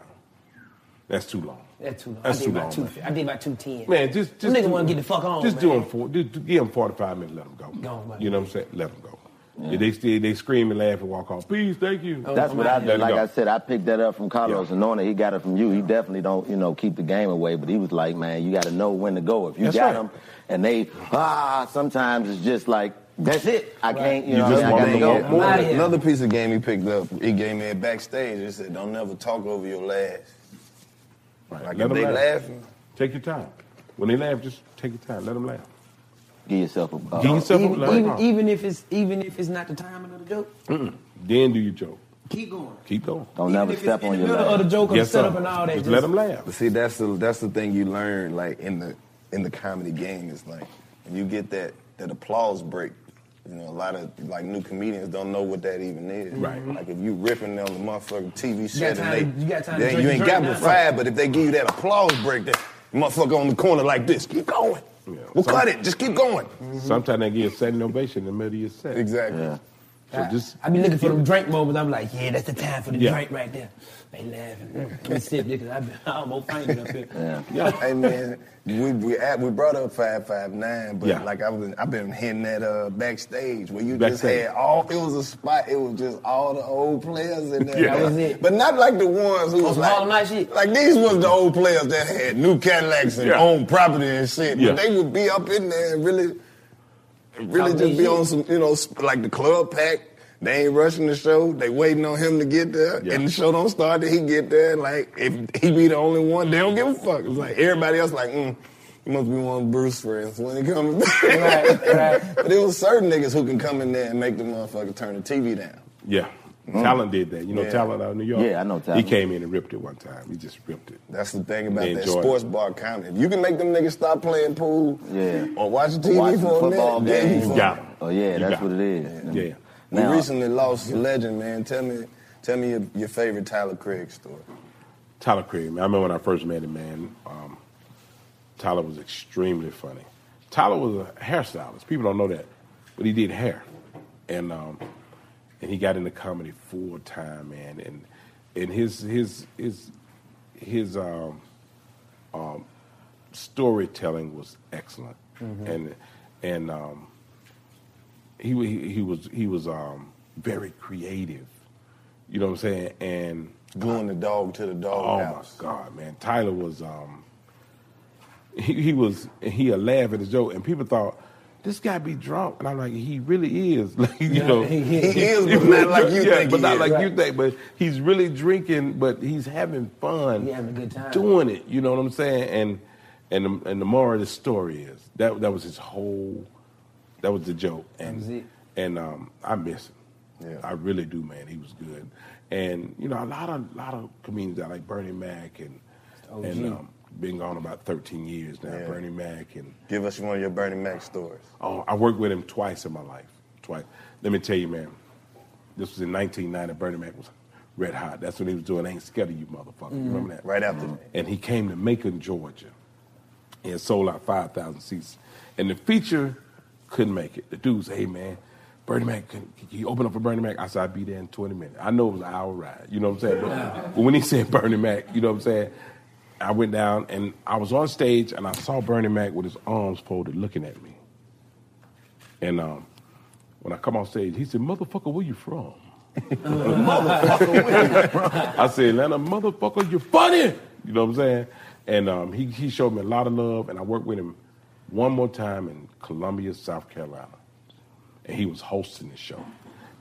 D: That's too long.
L: That's too long.
D: That's
L: I
D: too
L: did about
D: long,
L: two.
D: man.
L: I did about two ten.
D: Man, just just
L: Them niggas
D: do-
L: want to get the fuck on.
D: Just
L: man.
D: do them for, do, do- give them forty five minutes. Let them go.
L: Go, man.
D: You know what I'm saying? Let them go. If they still they scream and laugh and walk off. Please, thank you.
L: Oh,
A: That's what I do.
D: Let 'em
A: Like
D: go.
A: I said, I picked that up from Carlos, and knowing that he got it from you, he definitely don't, you know, keep the game away. But he was like, man, you got to know when to go. If you
D: That's
A: got
D: right.
A: them, and they ah, sometimes it's just like that's it. I can't, you,
B: You
A: know,
B: just
A: I
B: want
A: gotta
B: them to
A: go.
B: want more. Another piece of game he picked up, he gave me it backstage. He said, "Don't never talk over your laugh." Like
D: Let
B: if
D: 'em
B: they
D: laugh.
B: laughing,
D: Take your time. When they laugh, just take your time. Let them laugh.
A: Give yourself a.
B: Uh,
D: Give yourself a
L: even, even,
D: laugh.
L: even if it's even if it's not the timing of the joke,
D: Mm-mm. Then do your joke.
L: keep going.
D: Keep going.
A: Don't
L: Even
A: never
L: if it's
A: step
L: in
A: on
L: the
A: your
L: middle
A: laugh.
L: of the joke or the
B: Yes, sir.
L: setup and all that.
B: Just
L: Just
B: let 'em laugh. But see, that's the that's the thing you learn, like in the in the comedy game, is like when you get that that applause break. You know, a lot of like new comedians don't know what that even is.
D: Right.
B: Like if you ripping on the motherfucking
L: Mm-hmm.
B: TV
L: You got
B: set
L: time-
B: and they
L: you got time to
B: then
L: drink
B: you
L: your
B: ain't
L: drink
B: got
L: now.
B: but five, but if they give you that applause break, that motherfucker on the corner like this, keep going.
D: Some-
B: Well, cut it. Just keep going.
D: Mm-hmm. Sometimes they give a standing ovation in the middle of your set.
B: Exactly. Yeah.
D: So just
L: I be looking for them drink moments. I'm like, yeah, that's the time for the
D: Yeah.
L: drink right there. They laughing. Let me sip because I've been I almost fainted up here.
B: hey man, we we, at, we brought up five five nine, but
D: Yeah.
B: like I've been I've been hitting that uh, backstage where you
D: Backstage.
B: just had all it was a spot. It was just all the old players in there.
D: Yeah. That was
B: it. But not like the ones who
L: On
B: was
L: some
B: like,
L: Harlem Night shit.
B: like these was the old players that had new Cadillacs and
D: Yeah.
B: owned property and shit.
D: Yeah.
B: But they would be up in there and really, really
L: Talking
B: just be
L: shit.
B: on some you know sp- like the club pack. They ain't rushing the show. They waiting on him to get there,
D: Yeah.
B: and the show don't start till he get there. Like if he be the only one, they don't give a fuck. It's like everybody else, like, mm, you must be one of Bruce friends when he comes.
L: Right, right.
B: but it was certain niggas who can come in there and make the motherfucker turn the TV down.
D: yeah. Talent did that. You know
B: Mm. Yeah.
D: Talent out of New York?
B: Yeah, I know
D: He
B: Talent.
D: came in and ripped it one time. He just ripped it.
B: That's the thing about
D: They
B: that
D: enjoy it.
B: sports bar comedy. If you can make them niggas stop playing pool
A: Yeah.
B: or watch TV
A: Watching
B: for a
A: football
B: minute, then
A: games.
B: you
A: You
B: fuck.
A: got it. Oh, yeah,
B: You
A: that's
B: got
A: what
B: it.
A: it is.
D: Yeah.
B: We
A: Now-
B: recently lost a legend, man. Tell me, tell me your, your favorite Tyler Craig story.
D: Tyler Craig, man. I remember when I first met him, man. Um, Tyler was extremely funny. Tyler was a hairstylist. People don't know that, but he did hair, and um, and he got into comedy full time, man. And and his his his his um, um, storytelling was excellent,
B: Mm-hmm.
F: Mhm.
D: and and um, he, wa- he he was he was um, very creative. You know what I'm saying? And
B: gluing the dog to the dog.
D: Oh
B: house.
D: my God, man! Tyler was um, he, he was he a laugh at a joke, and people thought this guy be drunk, and I'm like, he really is. Like you
B: Yeah,
D: know,
B: he- he- He is, but not like you
D: yeah,
B: think
D: but
B: he
D: not
B: is.
D: like you
B: Right.
D: think. But he's really drinking, but he's having fun.
L: He having a good time.
D: doing it. You know what I'm saying? And and the, and the moral of the story is that that was his whole. That was the joke, and
L: was it.
D: and um, I miss him. I really do, man. He was good, and you know a lot of lot of comedians out like Bernie Mac and
B: OG.
D: and um, been gone about 13 years now.
B: Yeah.
D: Bernie Mac and
B: Give us one of your Bernie Mac stories.
D: Oh, I worked with him twice in my life. Twice. Let me tell you, man. This was in 1990. Bernie Mac was red hot. That's when he was doing "Ain't Scared of You, Motherfucker." You remember that?
B: Right after.
D: And he came to Macon, Georgia, and sold out 5,000 seats. And the feature couldn't make it. The dude said, "Hey, man." Bernie Mac, can, can you open up for Bernie Mac? I said, I'll be there in 20 minutes. I know it was an hour ride, you know what I'm saying? But, but when he said Bernie Mac, you know what I'm saying? I went down and I was on stage and I saw Bernie Mac with his arms folded looking at me. And um, when I come on stage, he said, Motherfucker, where you from?
F: Motherfucker, where you from?
D: I said, Atlanta, motherfucker, you're funny. You know what I'm saying? And um, he, he showed me a lot of love, and I worked with him one more time in Columbia, South Carolina. And he was hosting the show.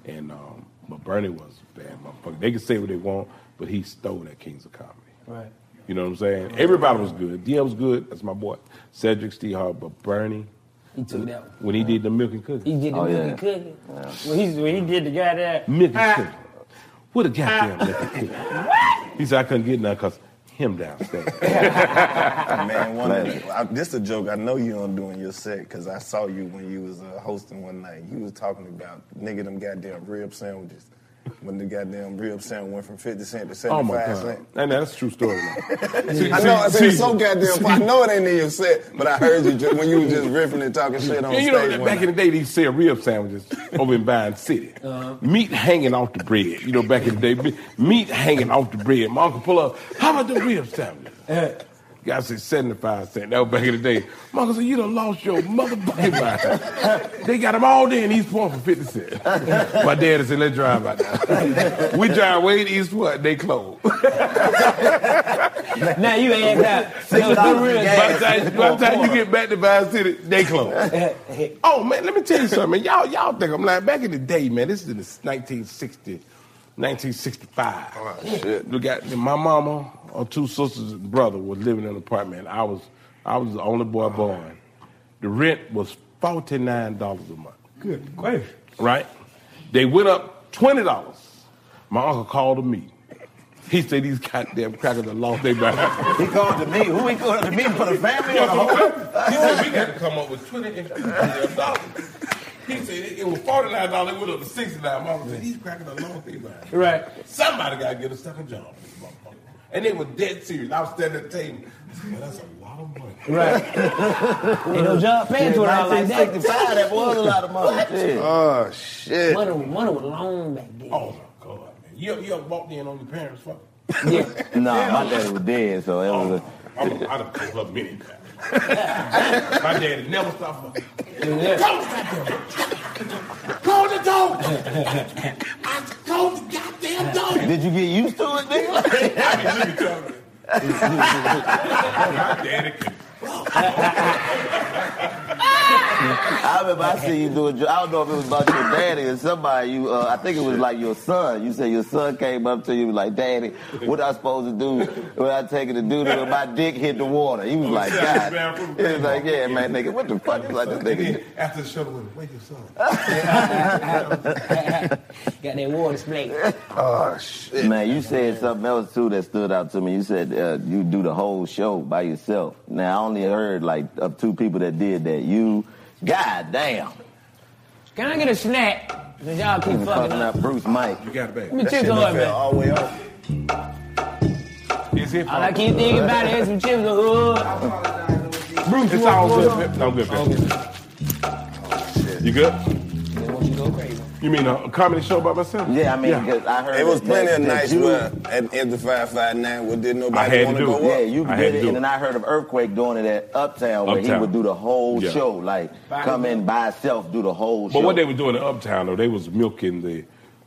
D: And um, but Bernie was a bad motherfucker. They can say what they want, but he stole that Kings of Comedy.
F: Right.
D: You know what I'm saying? Everybody was good. DL was good. That's my boy. Cedric Steve Hart, but Bernie.
L: He took that one.
D: When he did the milk and cookies.
L: He did
B: Oh,
C: Oh,
L: the milk and cookie. When, he, when he did the guy there. "Ah,
D: Milk
B: Ah.
D: and cookies. What a goddamn milk and cookie. He said I couldn't get none because him downstairs.
B: Man, one thing, I, this a joke. I know you don't do in your set because I saw you when you was uh, hosting one night. You was talking about nigga them goddamn rib sandwiches. When the goddamn rib sandwich went from fifty cent to
D: Oh
B: seventy
D: my
B: five
D: god.
B: cent.
D: And that's a true story. man. See,
B: I know. I said
D: see,
B: it's so goddamn.
D: see.
B: funny. I know it ain't in your set, but I heard you ju- when you was just riffing and talking shit on
D: Yeah, you
B: stage.
D: know, that
B: one
D: back in the day, they used to sell rib sandwiches over in Vine City. Uh-huh. Meat hanging off the bread. You know, back in the day, me- meat hanging off the bread. My uncle pull up, how about the rib sandwiches? Guy said 75 cents. That was back in the day. My uncle said, you done lost your motherfucking mind. they got them all there in East Point for 50 cents. My daddy said, let's drive by now. we drive way to East Point, they closed.
L: now you ain't out.
D: By the
L: No, it's
D: time- by the time you get back to Vine City, they closed. Oh man, let me tell you something. man. Y'all, y'all think I'm lying. Back in the day, man, this is in the 1960, 1965.
B: shit.
D: We got my mama, or two sisters and brother was living in an apartment. I was, I was the only boy born. The rent was forty nine dollars a month.
F: Good gracious.
D: Right? They went up twenty dollars. My uncle called a meeting. He said these goddamn crackers have lost their mind.
F: He called to me. Who he called to me for the family or the
D: He said, we got to come up with twenty extra dollars. He said it, it was forty nine dollars. It went up to sixty nine. Mama said these crackers are long they mind.
F: Right.
D: Somebody got to get a second job. for this motherfucker. And they were dead serious. I was standing at the table. I said, "Man, that's a lot of money.
F: Right. Ain't no job paying to it all like that.
B: 1965, that was a lot of money.
F: What?
B: Shit.
D: Oh shit.
L: Money, money was long back then.
D: Oh my god, man! You ever, you ever walked in on your parents' fucking?
A: Nah, my daddy was dead, so it was.
D: Oh, I'm, I done fucked up many times. My daddy never stopped fucking. Close the door. I closed the goddamn door.
A: Did you get used to it, nigga?
D: My daddy could.
A: I remember I see you do a joke. I don't know if it was about your daddy or somebody. You, uh, I think it was like your son. You said your son came up to you like, "Daddy, what I supposed to do when I take it to do when my dick hit the water?" He
D: Oh,
A: was like, "God." He was like, "Yeah, man, nigga, what the fuck?" He was like this nigga.
D: After the show, went, where's your son?
L: Got that water split.
A: Oh shit, man! You said something else too that stood out to me. You said uh, you do the whole show by yourself. Now I only heard like of two people that did that. You, god damn,
L: Can I get a snack? Cause y'all
B: Mm,
L: keep
A: fucking,
L: fucking up.
A: up Bruce Mike.
D: You got it back.
L: Let me tell you something, man.
B: All the way up.
D: Is it?
L: All I keep thinking about is some chips and hood.
D: Bruce, it's all good.
A: oh
D: Pip. No, I'm good. Pip. You good? You mean a, a comedy show by myself?
A: Yeah, I mean, 'cause I heard
B: It was
A: that-
B: plenty
A: that-
B: of
A: that
B: nights
A: you-
B: where at the five five nine, where didn't nobody want to go
A: Yeah,
B: up.
A: you
B: I
A: did
B: had
A: it,
B: to do
A: and then I heard of Earthquake doing it at Uptown, where he
D: Uptown.
A: would do the whole
D: Yeah.
A: show, like
D: By
A: come in by himself, do the whole show.
D: But what they were doing in Uptown though, they was milking the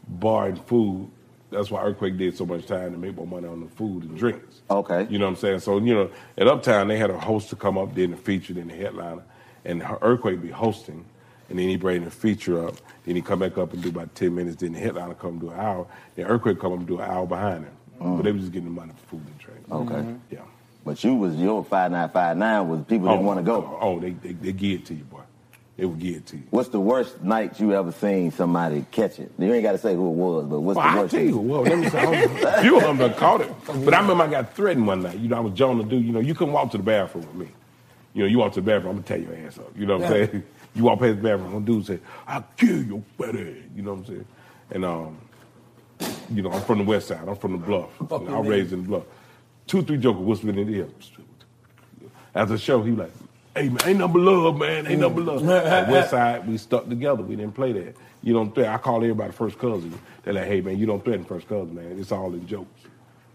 D: bar and food. That's why Earthquake did so much time to make more money on the food and drinks. Okay. You know what I'm saying? So you know, at Uptown they had a host to come up, then the feature, then the headliner, and Earthquake be hosting, and then he bring the feature up, then he come back up and do about ten minutes, then the headliner come do an hour, then Earthquake come up and do an hour behind him. But they was just getting the money for food and drinks.
A: Mm. Okay.
D: Yeah.
A: But you was your five nine five nine was people
D: Oh,
A: didn't want to go.
D: Oh, they they, they give it to you, boy. They would give it to you.
A: What's the worst night you ever seen somebody catch it? You ain't got to say who it was, but what's
D: Well,
A: the
D: I
A: worst?
D: tell you, well, let me say, I was- few of them done caught it. But I remember I got threatened one night. You know, I was John to do. You know, you couldn't walk to the bathroom with me. You know, you walk to the bathroom, I'm gonna tear your ass up. You know what
F: Yeah.
D: I'm saying? You walk past the bathroom, one dude say, "I'll kill your fat ass." You know what I'm saying? And um, you know, I'm from the west side. I'm from the bluff. You know,
F: Fucking
D: I was raised in the bluff. Two, three jokers whispered in the ear. After the show, he like, "Hey man, ain't number love, man. Ain't number love."
B: Mm.
D: The west side, we stuck together. We didn't play that. You don't threaten. I call everybody first cousin. They're like, "Hey man, you don't threaten first cousin, man. It's all in jokes."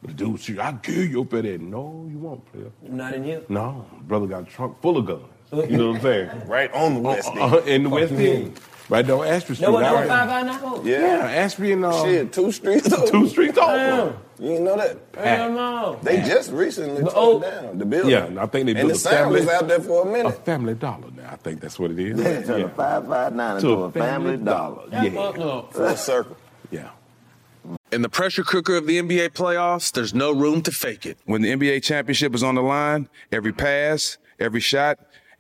D: But the dude, shoot, I'll kill you for that. No, you won't, player.
C: Not in here.
D: No, brother got a trunk full of guns. You know what I'm saying?
B: Right on the West End.
D: Uh, uh, in the
B: Fuck
D: West
B: you
D: End. Right down Astor Street.
B: No, no,
D: right.
B: five,
L: Five hours.
D: Yeah, Astor and uh,
B: Shit, two streets over.
D: Two streets over.
B: Damn. You didn't know that?
D: Hell
L: no.
B: They
D: Damn.
B: just recently tore it down, the building.
D: Yeah, I think they built
B: And the
D: a
B: sign
D: family.
B: was out there for a
D: a
B: minute.
D: family dollar now. I think that's what it is.
B: Yeah, turned a 559
D: To
B: into a family dollar.
D: Yeah.
B: Full circle.
D: Yeah.
G: In the pressure cooker of the NBA playoffs, there's no room to fake it.
O: When the NBA championship is on the line, every pass, every shot,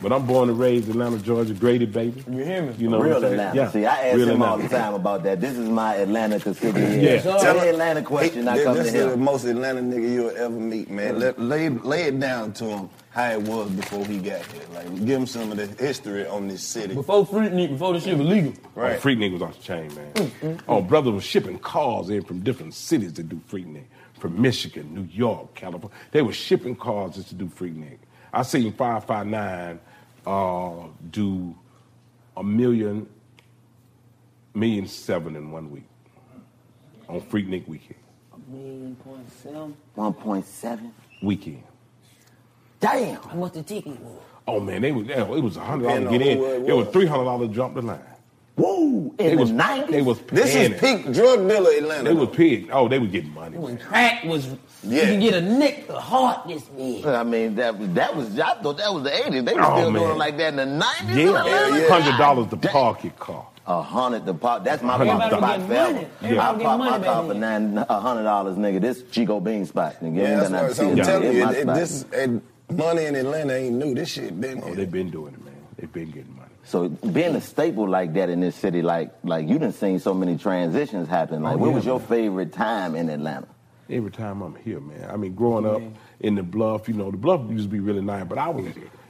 D: But I'm born and raised in Atlanta, Georgia, graded baby.
C: You hear me?
D: You know
A: real
D: what I'm saying?
A: Atlanta.
D: Yeah.
A: See, I ask
D: Real
A: him all the
D: Atlanta.
A: time about that. This is my Atlanta constituent.
D: Yeah.
A: Tell me Atlanta question. I
B: This-
A: come to
B: This is the
A: him.
B: most Atlanta nigga you'll ever meet, man. Let- lay, lay it down to him how it was before he got here. Like, give him some of the history on this city.
C: Before Freaknik, before this shit was legal.
D: Right. Oh, Freaknik was off the chain, man. Oh, brother was shipping cars in from different cities to do Freaknik. From Michigan, New York, California. They were shipping cars just to do Freaknik. I seen 559 uh, do a million, million seven in one week on Freaknik weekend.
C: Million point seven.
A: 1.7.
D: Weekend.
C: Damn, how much the ticket was?
D: Oh man, they was yeah, it was a hundred
C: Depending
D: dollars get
C: on
D: in.
C: who it
D: It was
C: was.
D: three hundred dollars jump the line.
A: Whoa!
D: they
C: in the
D: was,
C: 90s?
D: They was
C: This is
D: paying it.
C: peak drug dealer Atlanta,
D: They was pig. Oh, they were getting money.
C: When crack was,
A: Yeah.
C: you could get a nick, a heart this big.
A: I mean, that was that was. I thought that was the '80s. They were
D: Oh,
A: still
D: man.
A: doing it like that in the '90s.
D: Yeah,
A: Atlanta?
D: hundred dollars to park your car.
A: A hundred to pop. That's my
D: Everybody
A: pop spot
D: get
A: forever.
D: money.
A: I
D: Everybody
A: pop
D: get
A: my
D: money
A: car
D: back
A: for nine, a hundred dollars, nigga. This Chico Bean spot, nigga. You
B: yeah,
A: ain't
B: that's
A: got nothing
B: what
A: to
B: so
A: see
B: I'm
A: about it.
B: telling
A: It's
B: you.
A: my
B: it- it-
A: spot.
B: this and money in Atlanta ain't new. This shit been. Oh,
D: they've been doing it, man. They've been getting money.
A: So being a staple like that in this city, like like you done seen so many transitions happen. Like,
D: Oh,
A: what
D: yeah,
A: was your favorite time in Atlanta?
D: Every time I'm here, man. I mean, growing up in the bluff, you know, the bluff used to be really nice, but I was,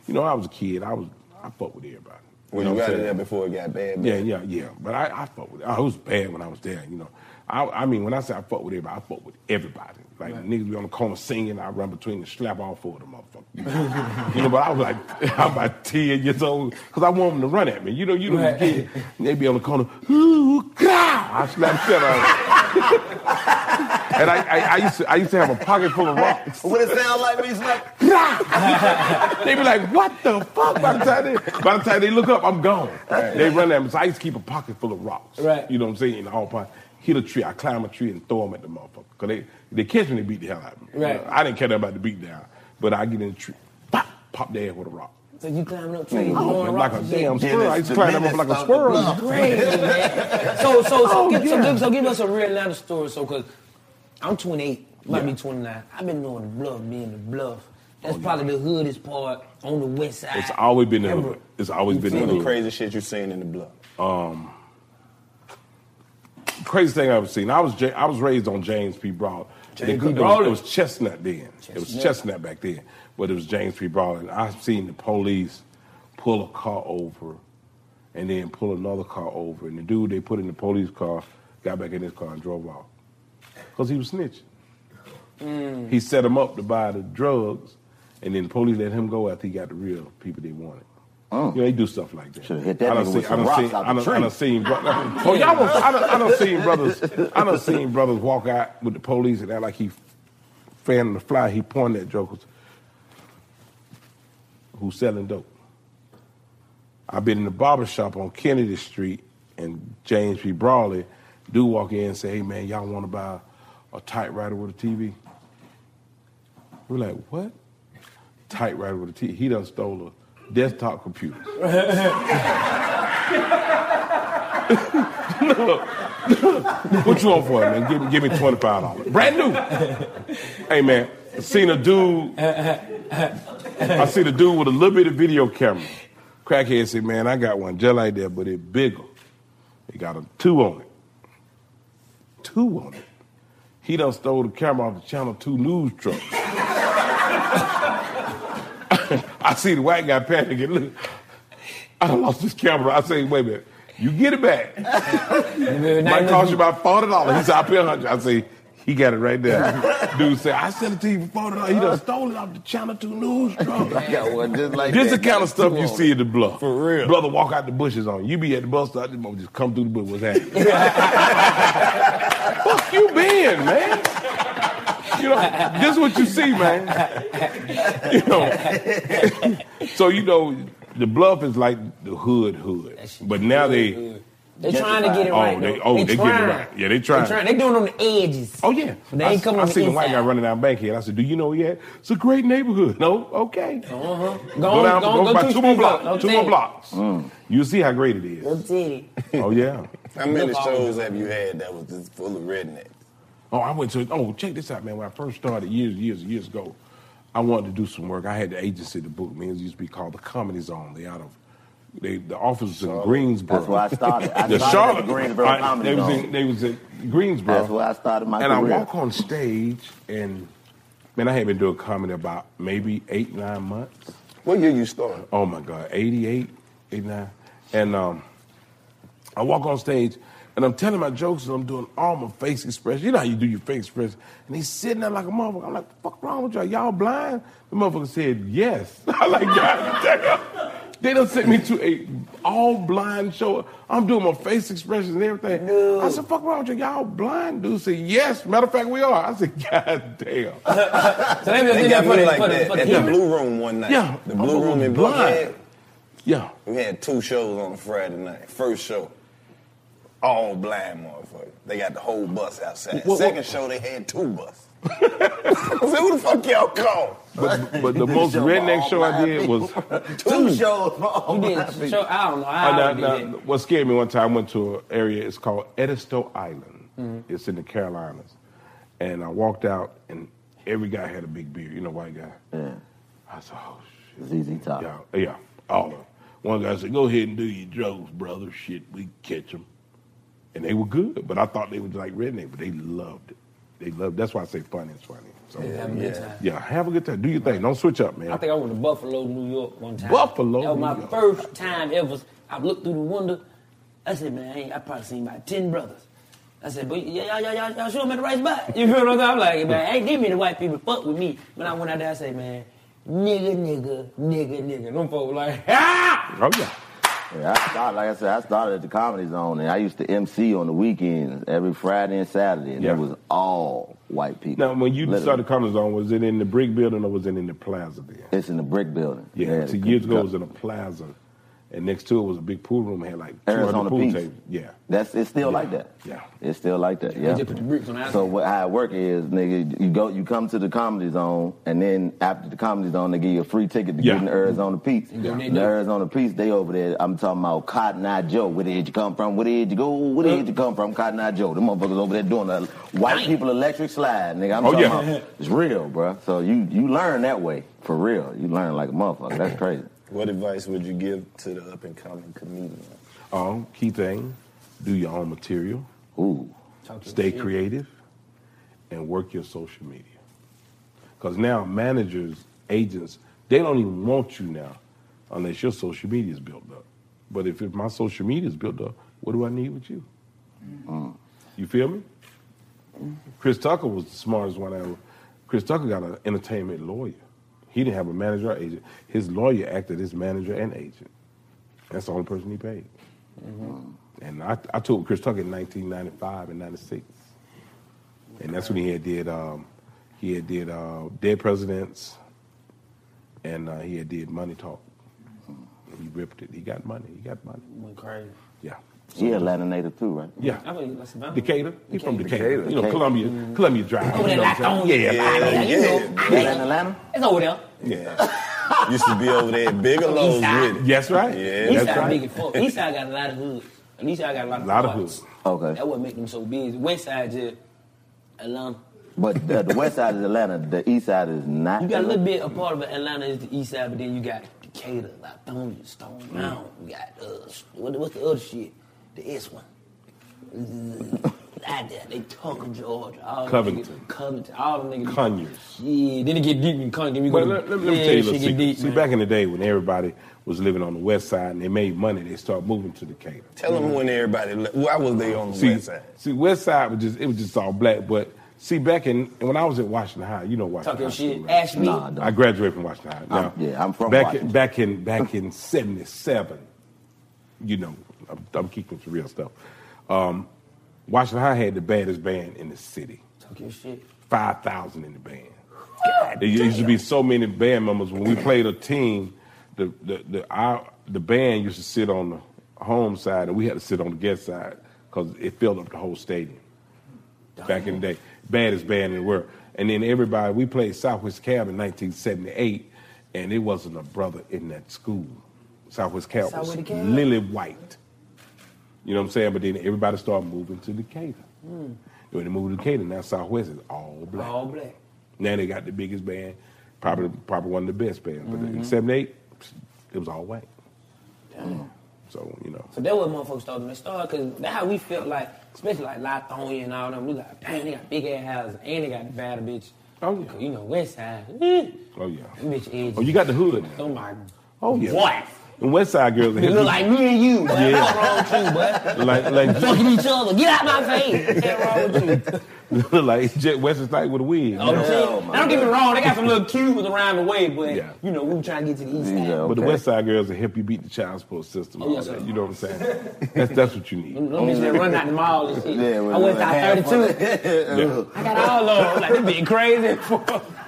D: you know, I was a kid. I was, I fuck with everybody.
B: When
D: know
B: you
D: what I'm
B: got it
D: saying?
B: there before it got bad.
D: Yeah,
B: man.
D: yeah, yeah. But I, I fuck with. I was bad when I was there. You know, I, I mean, when I say I fuck with everybody, I fuck with everybody. Like niggas be on the corner singing, I run between and slap all four of them motherfuckers. you know, but I was like, I'm about ten years old because I want them to run at me. You know, you know, kid. they be on the corner, ooh, God, I slap shit out. of And I, I, I used to I used to have a pocket full of rocks.
B: What it sound like when he's like,
D: they be like, what the fuck? By the time they, by the time they look up, I'm gone.
B: Right.
D: They run at me. So I used to keep a pocket full of rocks.
B: Right.
D: You know what I'm saying? In all pockets. Hit a tree, I climb a tree and throw them at the motherfucker. Cause they, they catch me, they beat the hell out of me. You
C: Right.
D: know, I didn't care nothing about the beat down, but I get in the tree, pop, pop their head with a rock.
C: So you climbing
D: Mm.
C: up trees,
D: Like
C: throwing rocks.
D: a
C: and
D: damn
C: shit.
D: squirrel. I used to climb up like a squirrel.
C: That's Crazy, man. So, so, so,
D: Oh,
C: give, so,
D: yeah.
C: give, so give us a real Atlanta story. So, because I'm 28, might be 29. I've been knowing the bluff being the bluff. That's probably the hoodest part on the west side.
D: Oh, It's always been the
C: Ever.
D: hood. It's always been the
B: What's the
D: hood.
B: crazy shit you seen in the blood?
D: Um, crazy thing I've ever seen. I was Ja- I was raised on James P. Broad.
B: James
D: They-
B: P.
D: it was-
B: Broad.
D: It was Chestnut then. It was
B: Chestnut.
D: Chestnut back then, but it was James P. Broad. And I've seen the police pull a car over, and then pull another car over, and the dude they put in the police car got back in his car and drove off because he was snitching.
B: Mm.
D: He set him up to buy the drugs, and then the police let him go after he got the real people they wanted. You know, they do stuff like that.
B: Oh. Should've hit that
D: I done
B: nigga
D: seen-
B: with some
D: I done
B: rocks
D: seen-
B: out the
D: I done- I done
B: tree.
D: seen bro- Oh, y'all was, I, done, I done seen brothers. I done seen brothers walk out with the police and act like he fanning the fly. He pointed at jokers who's selling dope. I've been in the barber shop on Kennedy Street and James P. Brawley. Dude walk in and say, "Hey man, y'all want to buy a typewriter with a TV?" We're like, "What? Typewriter with a TV?" He done stole a desktop computer. what you want for it, man? Give, me- give me twenty five dollars, brand new. hey man, seen a dude. I seen a dude with a little bit of video camera. Crackhead said, "Man, I got one just like that, but it bigger. It got a two on it. Two on it. He done stole the camera off the Channel Two news truck." I see the white guy panicking. Look, I done lost this camera. I say, wait a minute. You get it back. Might cost you about forty dollars. He said, I pay hundred. I say, he got it right there. Dude said, I sent it to you for forty dollars. He done stole it off the Channel Two News truck.
B: I got one just like
D: this
B: that.
D: is the kind of stuff you
B: Come on.
D: see at the bluff.
B: For real.
D: Brother walk out the bushes on you. You be at the bus stop, this mother just come through the bush. What's happening? Fuck you been, man? You know, this is what you see, man. You know. so you know, the bluff is like the hood hood. But now they
C: They're trying to get it right.
D: Oh, they,
C: though.
D: oh, they, get it
C: trying.
D: right. Yeah, they
C: They
D: trying.
C: trying. They doing it on the edges. Oh
D: yeah,
C: they ain't coming
D: I,
C: on
D: I
C: the
D: seen a
C: inside.
D: white guy running down Bankhead. I said, "Do you know where he at? It's a great neighborhood." No, okay.
C: Uh-huh. Go,
D: Go
C: on,
D: down,
C: go, on,
D: go
C: go
D: by
C: two
D: two more
C: streets up.
D: blocks,
C: No
D: two more
C: titty.
D: blocks. Mm. You see how great it is.
C: No titty.
D: Oh yeah.
B: How many shows have you had that was just full of rednecks?
D: Oh, I went to. Oh, check this out, man. When I first started years, years, years ago, I wanted to do some work. I had the agency to book me. It used to be called the Comedy Zone. They out of they, the office was in Greensboro.
A: That's where I started. I
D: the
A: started at
D: Charlotte
A: the Greensboro
D: I-
A: Comedy
D: they was
A: Zone.
D: In, they was in Greensboro.
A: That's where I started my
D: and
A: career.
D: I walk on stage, and man, I had been doing comedy about maybe eight, nine months.
E: What year you started?
D: Oh my God, 88, 89. And um, I walk on stage and I'm telling my jokes and I'm doing all my face expressions. You know how you do your face expressions. And he's sitting there like a motherfucker. I'm like, what the fuck wrong with y'all? Y'all blind? The motherfucker said, yes. I like, God damn. They done sent me to a all blind show. I'm doing my face expressions and everything. I said, fuck wrong with you? Y'all blind? Dude said, yes. Matter of fact, we are. I said, God damn.
C: So they was
B: They
C: in there
B: got
C: for
B: me
C: the
B: like
C: for
B: that
C: the- for
B: at
C: the
B: the
C: camera.
B: Blue Room one night.
C: Yeah,
B: The
C: I'm
B: Blue
C: gonna
B: Room
C: go
B: in
C: blind.
B: Buckhead.
D: Yeah.
B: We had two shows on a Friday night. First show, all blind motherfucker. They got the whole bus outside.
D: Wha- wha-
B: Second show, they had two bus. I said, who the fuck y'all call?
D: But, but the most
B: Show
D: redneck
B: all
D: show I
B: blind
D: did
B: people.
D: was
B: two shows. for all
C: You
B: blind
C: did.
B: people.
C: Show, I don't know. I
D: Oh,
C: already
D: now,
C: did
D: now,
C: that.
D: what scared me one time, I went to an area, it's called Edisto Island.
B: Mm-hmm.
D: It's in the Carolinas. And I walked out, and every guy had a big beard, you know, white guy. Yeah. I said, oh, shit. ZZ Top. Yeah, yeah, all of them. One guy said, go ahead and do your drugs, brother. Shit, we catch them. And they were good, but I thought they was like redneck, but they loved it. They loved That's why I say funny is funny. So,
C: Yeah, have a good time.
D: yeah, have a good time. Do your thing. Don't switch up, man.
C: I think I went to Buffalo, New York one time.
D: Buffalo,
C: That was my
D: New York.
C: first time ever. I looked through the window. I said, man, I, ain't, I probably seen about 10 brothers. I said, but y'all, y'all, y'all, y'all, y'all shoot them at the right spot. You feel what I'm saying? I'm like, man, ain't give me the white people to fuck with me. When I went out there, I said, man, nigga, nigga, nigga, nigga. Them folks like, ah!
D: Oh yeah.
A: Yeah, I started, like I said, I started at the Comedy Zone, and I used to MC on the weekends every Friday and Saturday, and
D: Yeah.
A: it was all white people.
D: Now, when you
A: Literally.
D: started Comedy Zone, was it in the brick building or was it in the plaza there?
A: It's in the brick building.
D: Yeah,
A: it's
D: two years ago it was in a plaza, and next to it was a big pool room. Had like two
A: Arizona
D: hundred pool
A: Peace.
D: tables. Yeah,
A: That's it's still like that.
D: Yeah.
A: It's still like that.
D: They
A: Yeah.
D: just put the bricks on the
A: so what how it work is, nigga, you go you come to the comedy zone and then after the comedy zone they give you a free ticket to
D: Yeah.
A: get in the Arizona Peaks.
D: Yeah.
A: The Arizona Peaks, they over there, I'm talking about Cotton Eye Joe. Where did you come from? Where did you go? Where did you come from? Cotton Eye Joe. Them motherfuckers over there doing the white people electric slide, nigga. I'm
D: Oh,
A: talking
D: yeah.
A: about it's real, bro. So you you learn that way. For real. You learn like a motherfucker. That's crazy.
B: What advice would you give to the up and coming comedian?
D: Um, key thing, do your own material.
A: Ooh.
B: Talk to
D: Stay
B: the shit.
D: creative and work your social media. Because now managers, agents, they don't even want you now unless your social media is built up. But if, if my social media is built up, what do I need with you? Mm. You feel me? Chris Tucker was the smartest one ever. Chris Tucker got an entertainment lawyer. He didn't have a manager or agent. His lawyer acted as manager and agent. That's the only person he paid.
C: Mm-hmm.
D: And I, I toured with Chris Tucker in 1995 and 96. And that's when he had did, um, he had did uh, Dead Presidents and uh, he had did Money Talk. He ripped it. He got money. He got money.
C: Mm-hmm. Went crazy.
D: Yeah.
A: He Atlanta native too, right?
D: Yeah.
C: I believe that's about
D: Decatur. He's from Decatur.
A: Decatur.
D: You know,
A: Decatur.
D: Columbia,
C: Mm-hmm.
D: Columbia Drive.
C: Over
D: you
C: there,
D: know what
C: locked
D: I'm
C: on.
D: saying? Yeah,
C: yeah, you know.
A: That in Atlanta?
C: It's over there.
B: Yeah. Used to be over there at Bigelow's with
C: Eastside.
B: it.
D: That's right.
B: Yeah,
C: East
B: that's
C: side
B: right.
C: big as fuck. East side got a lot of hood. And East side got a lot of
A: Lot of
C: parts.
A: Okay.
C: That what make them so big. West side just Atlanta.
A: But the, the west side is Atlanta. The east side is not.
C: You got a little bit a part of Atlanta is the east side, but then you got Decatur, Lithonia, Stone
D: Mm.
C: Mountain. You got uh, what, what's the other shit? The S one. Out there, they Tucker, Georgia, all them
D: Covington.
C: niggas- Covington, all them niggas.
D: Conyers.
C: Yeah, then it get deep in Conyers. We
D: Well,
C: go-
D: let, let- let me
C: yeah,
D: tell you a
C: shit
D: little
C: get
D: secret.
C: deep,
D: See,
C: man.
D: back in the day when everybody was living on the west side and they made money, they started moving to Decatur.
B: Tell them when everybody left. Why was they on the
D: see,
B: west side?
D: See, west side was just, it was just all black. But see, back in, when I was at Washington High, you know Washington
C: Talk your
D: High
C: shit.
D: School,
C: Ask me.
A: Nah,
D: I graduated from Washington High.
A: I'm- yeah, I'm from
D: back
A: Washington.
D: In, back in back in '77. You know, I'm, I'm keeping some real stuff. Um, Washington High had the baddest band in the city.
C: Talk your shit.
D: Five thousand in the band. There used to be so many band members when we played a team. The the the our, the band used to sit on the home side, and we had to sit on the guest side because it filled up the whole stadium back in the day. Baddest band in the world. And then everybody, we played Southwest Cab in 1978, and it wasn't a brother in that school. Southwest Cab was
C: Southwest Cab.
D: lily white. You know what I'm saying? But then everybody started moving to Decatur.
C: Mm.
D: When they moved to Decatur, now Southwest is all black.
C: All black.
D: Now they got the biggest band, probably probably one of the best bands. But in
C: Mhm.
D: 78, it was all white. So, you know.
C: So that what motherfuckers started to start because that how we felt like, especially like Lithonia and all them. We like, damn, they got big ass houses and they got the battle bitch. Oh yeah. You know, West Side. Eh,
D: Oh, yeah.
C: them bitch edgy.
D: Oh, you got the hood now.
C: Oh my.
D: Oh, yeah.
C: What?
D: And West Side Girls.
C: They look like me and you.
D: Yeah.
C: Yeah. What's wrong with you, boy?
D: Like- like-
C: fucking each other. Get out my face.
D: like Jet Wesley Snipes with a wig.
C: Oh, shit. now, don't get me wrong. They got some little cubes around the way, but you know we were trying to get to the east side.
D: But the West Side girls will help you beat the child support system.
C: Oh,
D: all
C: yes,
D: that,
C: sir.
D: You know what I'm saying? that's that's what you need.
C: Them bitches that run out the mall and shit.
D: Yeah, with
C: I went
D: the
C: out
D: half
C: 32. I got all of them. Like, this bitch crazy.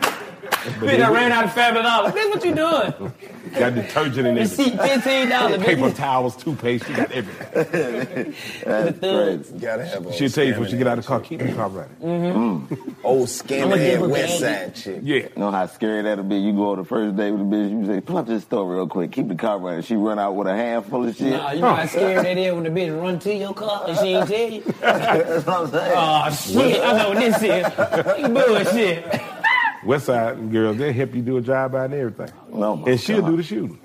C: Bitch, I ran out of family dollar. Bitch, what you doing?
D: Got detergent in
C: Receipt
D: everything.
C: $15,
D: Paper
C: bitch.
D: towels, toothpaste. She got everything.
B: That's crazy. Gotta have a
D: She'll tell you when she
B: scamming
D: get out of the car, keep the car running.
A: Mm.
B: Old
A: I'ma
B: scamming
A: give
B: head
A: her
B: west
A: candy.
B: side chick.
D: Yeah.
A: Know how scary that'll be? You go on the first date with a bitch, you say, pull up this store real quick, keep the car running. She run out with a handful of shit.
C: Nah, you know how scared that is when the bitch run to your car and she ain't tell you?
A: That's what I'm saying.
C: Oh, shit. I know what this is. Bullshit.
D: West Side girls, they'll help you do a job by and everything.
B: Oh,
D: and she'll do the shooting.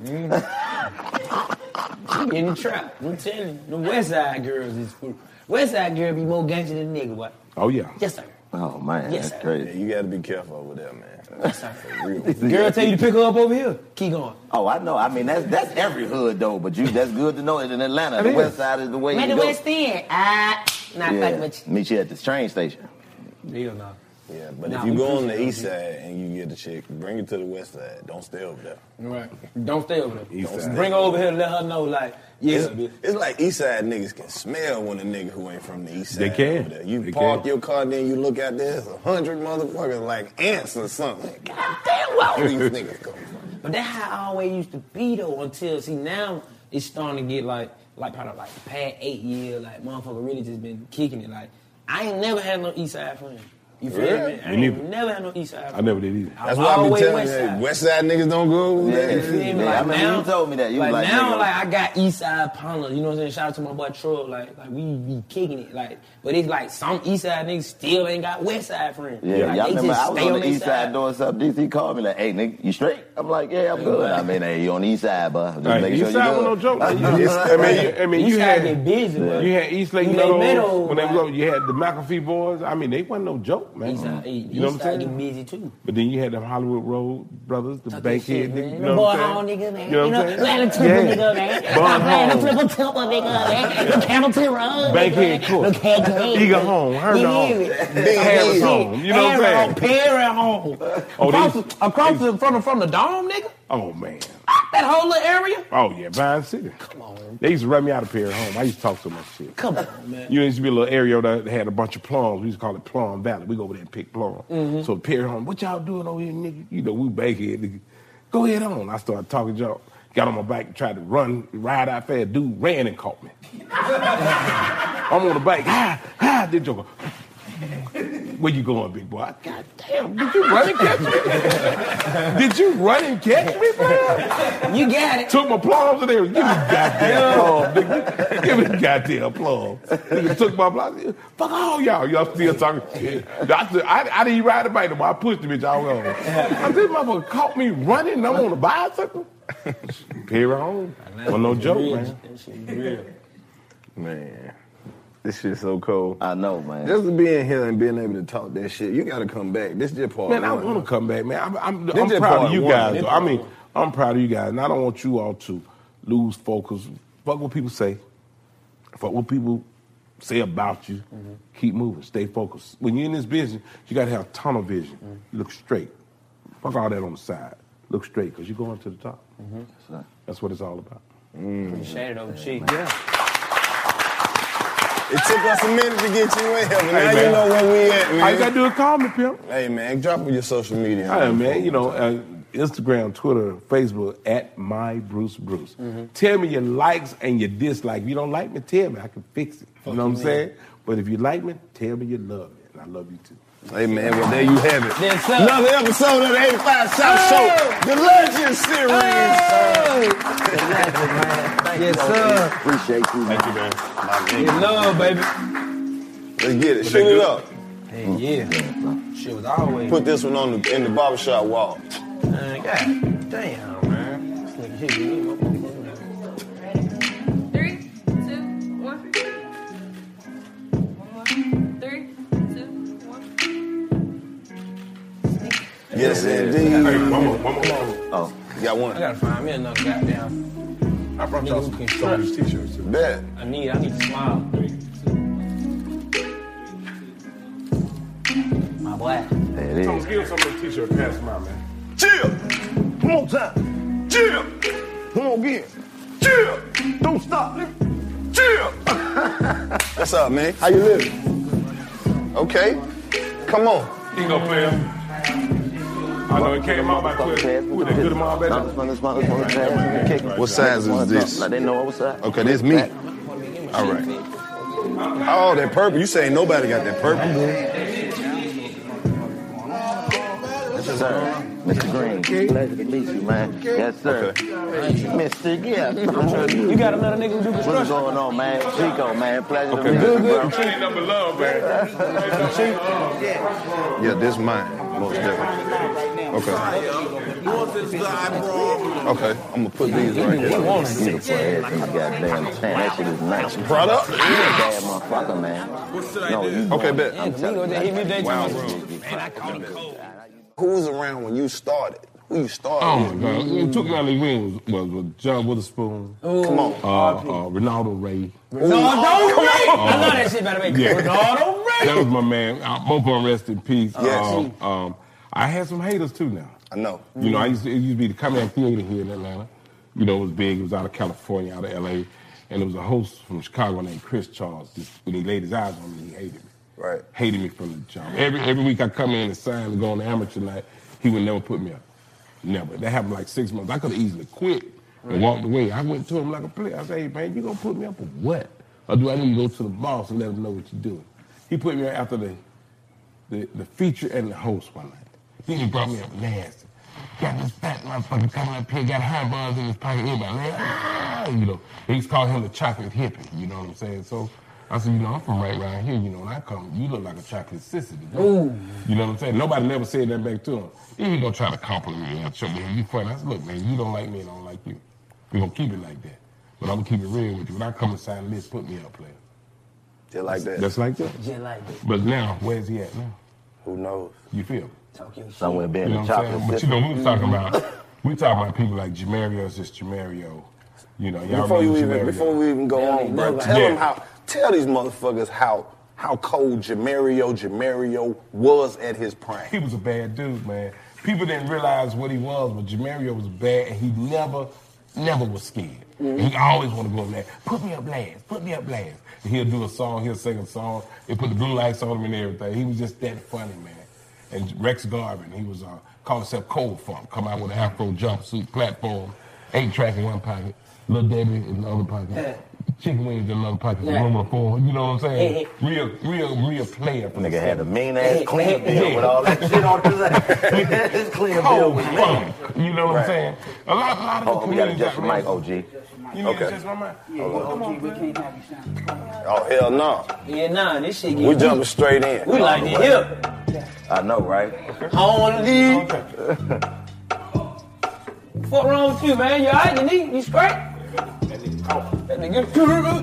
C: You in the trap. I'm telling you. The West Side girls is fool. West Side girl be more gangster than nigga, what?
D: Oh, yeah.
C: Yes, sir.
A: Oh, man.
C: Yes,
A: that's
C: sir.
A: crazy.
B: You gotta be careful over there, man.
C: Yes, sir.
B: For real.
C: Girl tell you to pick her up over here. Keep going.
A: Oh, I know. I mean, that's that's every hood though, but you that's good to know. It's in Atlanta.
C: It
A: the
C: is.
A: West Side is the way
C: Man,
A: you
C: the
A: go.
C: West End. Ah, not
A: yeah.
C: fucking with
A: Meet you at the train station.
C: you. Hell no.
B: Yeah, but
C: Nah,
B: if you
C: we
B: go on the
C: appreciate
B: east
C: it.
B: side and you get a chick, bring it to the west side. Don't stay over there.
C: Right. Don't stay over there.
B: East side.
C: Bring her over here and let her know, like, yeah,
B: it's, it's like east side niggas can smell when a nigga who ain't from the east side.
C: They can.
B: Over there. You
C: They
B: park
C: can.
B: your car, then you look out there, it's a hundred motherfuckers like ants or something. God damn, where all these niggas go?
C: But that's how I always used to be though. Until see now it's starting to get like like probably like the past eight year like motherfucker really just been kicking it. Like I ain't never had no East Side friend. You feel
B: Yeah,
C: me? I
B: me
C: ain't
B: neither.
C: never had no East Side.
B: I never did either.
C: I
B: That's
C: was
B: why I be
C: always
B: telling
C: west
B: you,
C: side.
B: west side niggas don't go over
C: Yeah,
B: there.
C: you feel me? Like now, like, now, like I got East Side Pounder. You know what I'm saying? Shout out to my boy Trub. Like, like we be kicking it. Like, but it's like some East Side niggas still ain't got West Side friends.
A: Yeah,
C: like,
A: y'all
C: they
A: remember
C: just
A: I was
C: stay
A: on the
C: their
A: east side doing something. DC called me like, hey, nigga, you straight? I'm like, yeah, I'm good. I mean, hey, you on the east side, bud. Just
D: Right.
A: making
D: East
A: sure
D: side was
A: you good.
D: no joke. Like,
A: Right.
D: you- I mean, you- I mean,
A: East
D: you
A: side
D: had
A: get
C: busy,
A: man.
D: You had East Lake
A: East Lake
D: Meadows
A: Meadows,
D: when they was
A: man.
D: over. You had the McAfee boys. I mean, they wasn't no joke, man.
C: East side-
D: you know
C: East
D: what I'm
C: side
D: saying?
C: get busy too.
D: But then you had the Hollywood Road brothers, the
C: Talk that
D: Bankhead
C: shit,
D: niggas.
C: man.
D: You
C: The
D: know
C: boy
D: what I'm
C: hall
D: saying?
C: nigga, man.
D: You know what
C: You know,
D: I'm saying?
C: Atlanta Trooper nigga, man. Stop playing the Triple Temple nigga, man. The Camel Terror,
D: Bankhead
C: nigga.
D: Cook.
C: Look at that.
D: Eagle Home, Herman
C: You
D: Home,
C: hear it?
D: Big Harris Home. You know what I'm
C: Harris
D: saying?
C: Home, Perry Home.
D: Oh,
C: across
D: they-
C: the, across the, from, the, from the dome, nigga?
D: Oh man.
C: That whole little area?
D: Oh yeah, Vine City. Come on. They used to run me out of Perry home. I used to talk so much shit.
C: Come on,
D: You
C: man.
D: know, there used to be a little area that had a bunch of plums. We used to call it Plum Valley. We go over there and pick plum.
C: Mhm.
D: So Perry home, what y'all doing over here, nigga? You know, we backhead, nigga. Go ahead on. I started talking to y'all. Got on my bike and tried to run, ride out fast. Dude ran and caught me. I'm on the bike. Ah, ah, did joker. Where you going, big boy? God damn, did you run and catch me? did you run and catch me, man?
C: You got it.
D: Took my plums and everything. Give me goddamn plums, nigga. Give me goddamn plums. Nigga took my plums. Fuck all y'all. Y'all still talking shit. I, said, I, I didn't even ride the bike no more. I pushed the bitch all over. I this motherfucker caught me running and I'm on a bicycle. Here I am. Well, no joke, man.
B: Man, this shit's so cold.
A: I know, man.
B: Just to be in here and being able to talk that shit, you gotta come back. This just part
D: Man, I
B: one.
D: want to come back, man. I'm, I'm,
B: This
D: I'm
B: just
D: proud
B: part
D: of you
B: one.
D: guys.
B: This
D: Though. I
B: part
D: mean, I'm proud of you guys, and I don't want you all to lose focus. Fuck what people say. Fuck what people say about you. Keep moving. Stay focused. When you're in this business, you got to have tunnel vision. Look straight. Fuck all that on the side. Look straight, because you're going to the top. That's what it's all about.
B: Mm.
C: Appreciate it,
A: oh,
C: OG.
B: It took us a minute to get you in here, but
D: Hey,
B: now you
D: man.
B: know where we at, man.
D: All you gotta do is call me, pimp.
B: Hey, man, drop on your social media.
D: Yeah, man. You know, uh, Instagram, Twitter, Facebook at my Bruce Bruce.
B: Mm-hmm.
D: Tell me your likes and your dislikes. If you don't like me, tell me. I can fix it. You know what I'm
B: you, man.
D: saying? But if you like me, tell me you love me, and I love you too.
B: Hey, man. Well, there you have it.
D: Yes, sir.
B: Another episode of the 85 South
D: Hey!
B: Show, the Legend Series.
C: Yes, sir.
B: Appreciate you, man. Thank you, man.
C: Your love, baby.
B: Let's get it. Shoot it up.
C: Hey, yeah. Shit was always.
B: Put this one on the, in the barbershop wall.
C: Man, God damn, man. This nigga hit me.
H: Three, two, one. One more. Three, two, one.
B: Yes,
C: Yeah,
B: indeed.
C: yeah. Hey, one
B: more, one more. Oh, you got one.
C: I gotta find me another goddamn. I brought y'all some
B: t-shirts. Bet.
C: I need, I need to smile. My boy.
B: There it is.
D: give some of the t-shirt past my man.
B: Chill. One more time. Chill. One more again. Chill. Don't stop. nigga. Chill. What's up, man? How you living? Okay. Come on.
D: You go, player. I know it came out by Twitter. Who that good mob
B: What size is this?
A: Like, they know what size.
B: Okay, this me. All right. Oh, that purple. You saying nobody got that purple?
A: Yes, sir. Mr. Green, pleasure to meet you, man. Yes, sir. Mr. Yeah.
C: You got another nigga who do construction?
A: What's going on, man? Chico, man. Pleasure
B: Okay.
A: to meet
B: Good,
A: you, bro.
B: good. Yeah, this mine. Most definitely. Okay. Okay. I'm gonna put these right here.
A: Beautiful ass and goddamn tan. That shit is nice.
B: Product?
A: You a bad motherfucker, man. No, you
B: Okay,
A: want-
B: bet.
A: I'm telling you.
B: Wow, Who was around when you started? Who you started?
D: Oh,
B: with?
D: no. Who took out the rings was, was John Witherspoon.
B: Oh, Come on.
D: Uh, uh, Ronaldo Ray. Oh,
C: Ronaldo Ray! I love that shit, by the way.
D: Yeah.
C: Ronaldo Ray!
D: That was my man. Uh, Mopo, rest in peace.
B: Yes.
D: Um, um, I had some haters too now.
B: I know.
D: You know, I used to, it used to be the Comedy Theater here in Atlanta. You know, it was big. It was out of California, out of LA. And there was a host from Chicago named Chris Charles. Just when he laid his eyes on me, he hated me.
B: Right.
D: Hated me from the jump. Every every week I come in and sign to go on the amateur night, he would never put me up. Never. That happened like six months. I could have easily quit and walked away. I went to him like a player. I said, hey, man, you gonna put me up or what? Or do I need to go to the boss and let him know what you're doing? He put me up after the the, the feature and the host one night. Then he brought me up nasty. Got this fat motherfucker coming up here, got high bars in his pocket, everybody like, ah, you know. They used to call him the chocolate hippie, you know what I'm saying? So I said, you know, I'm from right around here, you know, and I come, you look like a chocolate sissy. to me.
F: Ooh.
D: You know what I'm saying? Nobody never said that back to him. Then he gonna try to compliment me. I'm sure, man, you funny. I said, look, man, you don't like me, I don't like you. We're gonna keep it like that. But I'm gonna keep it real with you. When I come and sign this, put me up, player.
B: Just like that.
D: Just like that.
C: Just like that.
D: But now, where's he at now?
B: Who knows?
D: You feel?
B: Somewhere being
D: you know
B: a
D: what I'm
B: chocolate
D: saying? But you know, we was talking about we talking about people like Jamario's just Jamario. You know, y'all
E: Before you
D: remember
E: even
D: Jamario.
E: before we even go on, bro,
D: nobody.
E: tell
D: Yeah.
E: them how tell these motherfuckers how how cold Jamario Jamario was at his prime.
D: he was a bad dude, man. People didn't realize what he was, but Jamario was bad, and he never, never was scared. And He always wanted to go up there. Put me up last. Put me up last. And he'll do a song. He'll sing a song. They put the blue lights on him and everything. He was just that funny, man. And Rex Garvin, he was uh, called himself Cold Funk. Come out with an Afro jumpsuit platform, eight track in one pocket, Little Debbie in the other pocket, chicken wings in another pocket,
B: Yeah.
D: room of four. You know what I'm saying? Real, real, real player. Nigga
B: had a mean ass clean bill with all that shit on his His clean bill
D: Cold
B: was
D: funk. You know what
B: Right.
D: I'm saying? A lot, a lot of
B: Hold
C: Oh,
D: the
B: on, we gotta
D: comedians
B: adjust your
D: out
B: mic, OG.
D: there- You need to
B: Okay.
D: adjust my mic.
M: Yeah,
B: Hold on.
M: OG, we can't have you sound.
B: Oh hell no.
C: Yeah, nah, this shit.
B: We
C: get-
B: jumping straight in.
C: We like to hear.
B: I know, right?
C: I don't want to leave. Fuck wrong with you, man? You alright? You need? You straight? That nigga.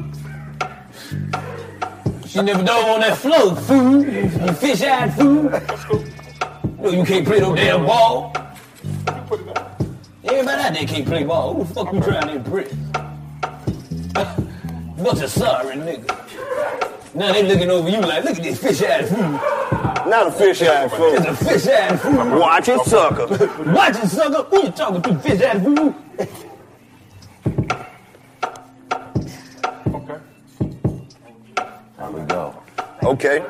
C: She never dove on that flow, fool. You fish-eyed fool. No, you can't play no damn ball. Everybody out there can't play ball. Who the fuck you trying to impress? Bunch of sorry nigga. Now they looking over you like, look at this fish-eyed fool.
E: Not a fish ass fool.
C: It's a fish ass fool.
E: Watch it, sucker.
C: Watch it, sucker. Who you talking to, fish ass fool?
B: There we go.
E: Okay.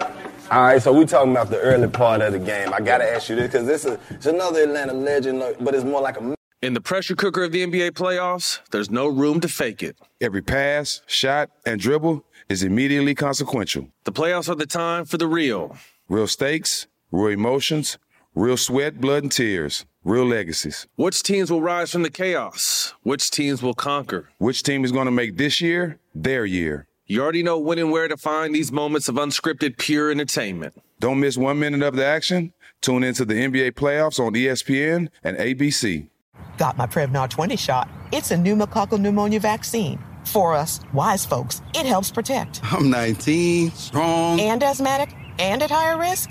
E: All right, so we talking about the early part of the game. I gotta ask you this because this is it's another Atlanta legend, but it's more like a
G: In the pressure cooker of the NBA playoffs, there's no room to fake it.
O: Every pass, shot, and dribble is immediately consequential.
G: The playoffs are the time for the real.
O: Real stakes, real emotions, real sweat, blood, and tears, real legacies.
G: Which teams will rise from the chaos? Which teams will conquer?
O: Which team is going to make this year their year?
G: You already know when and where to find these moments of unscripted, pure entertainment.
O: Don't miss one minute of the action. Tune into the NBA playoffs on E ESPN and ABC.
Q: Got my Prevnar 20 shot. It's a pneumococcal pneumonia vaccine. For us, wise folks, it helps protect.
R: I'm 19, strong.
Q: And asthmatic and at higher risk?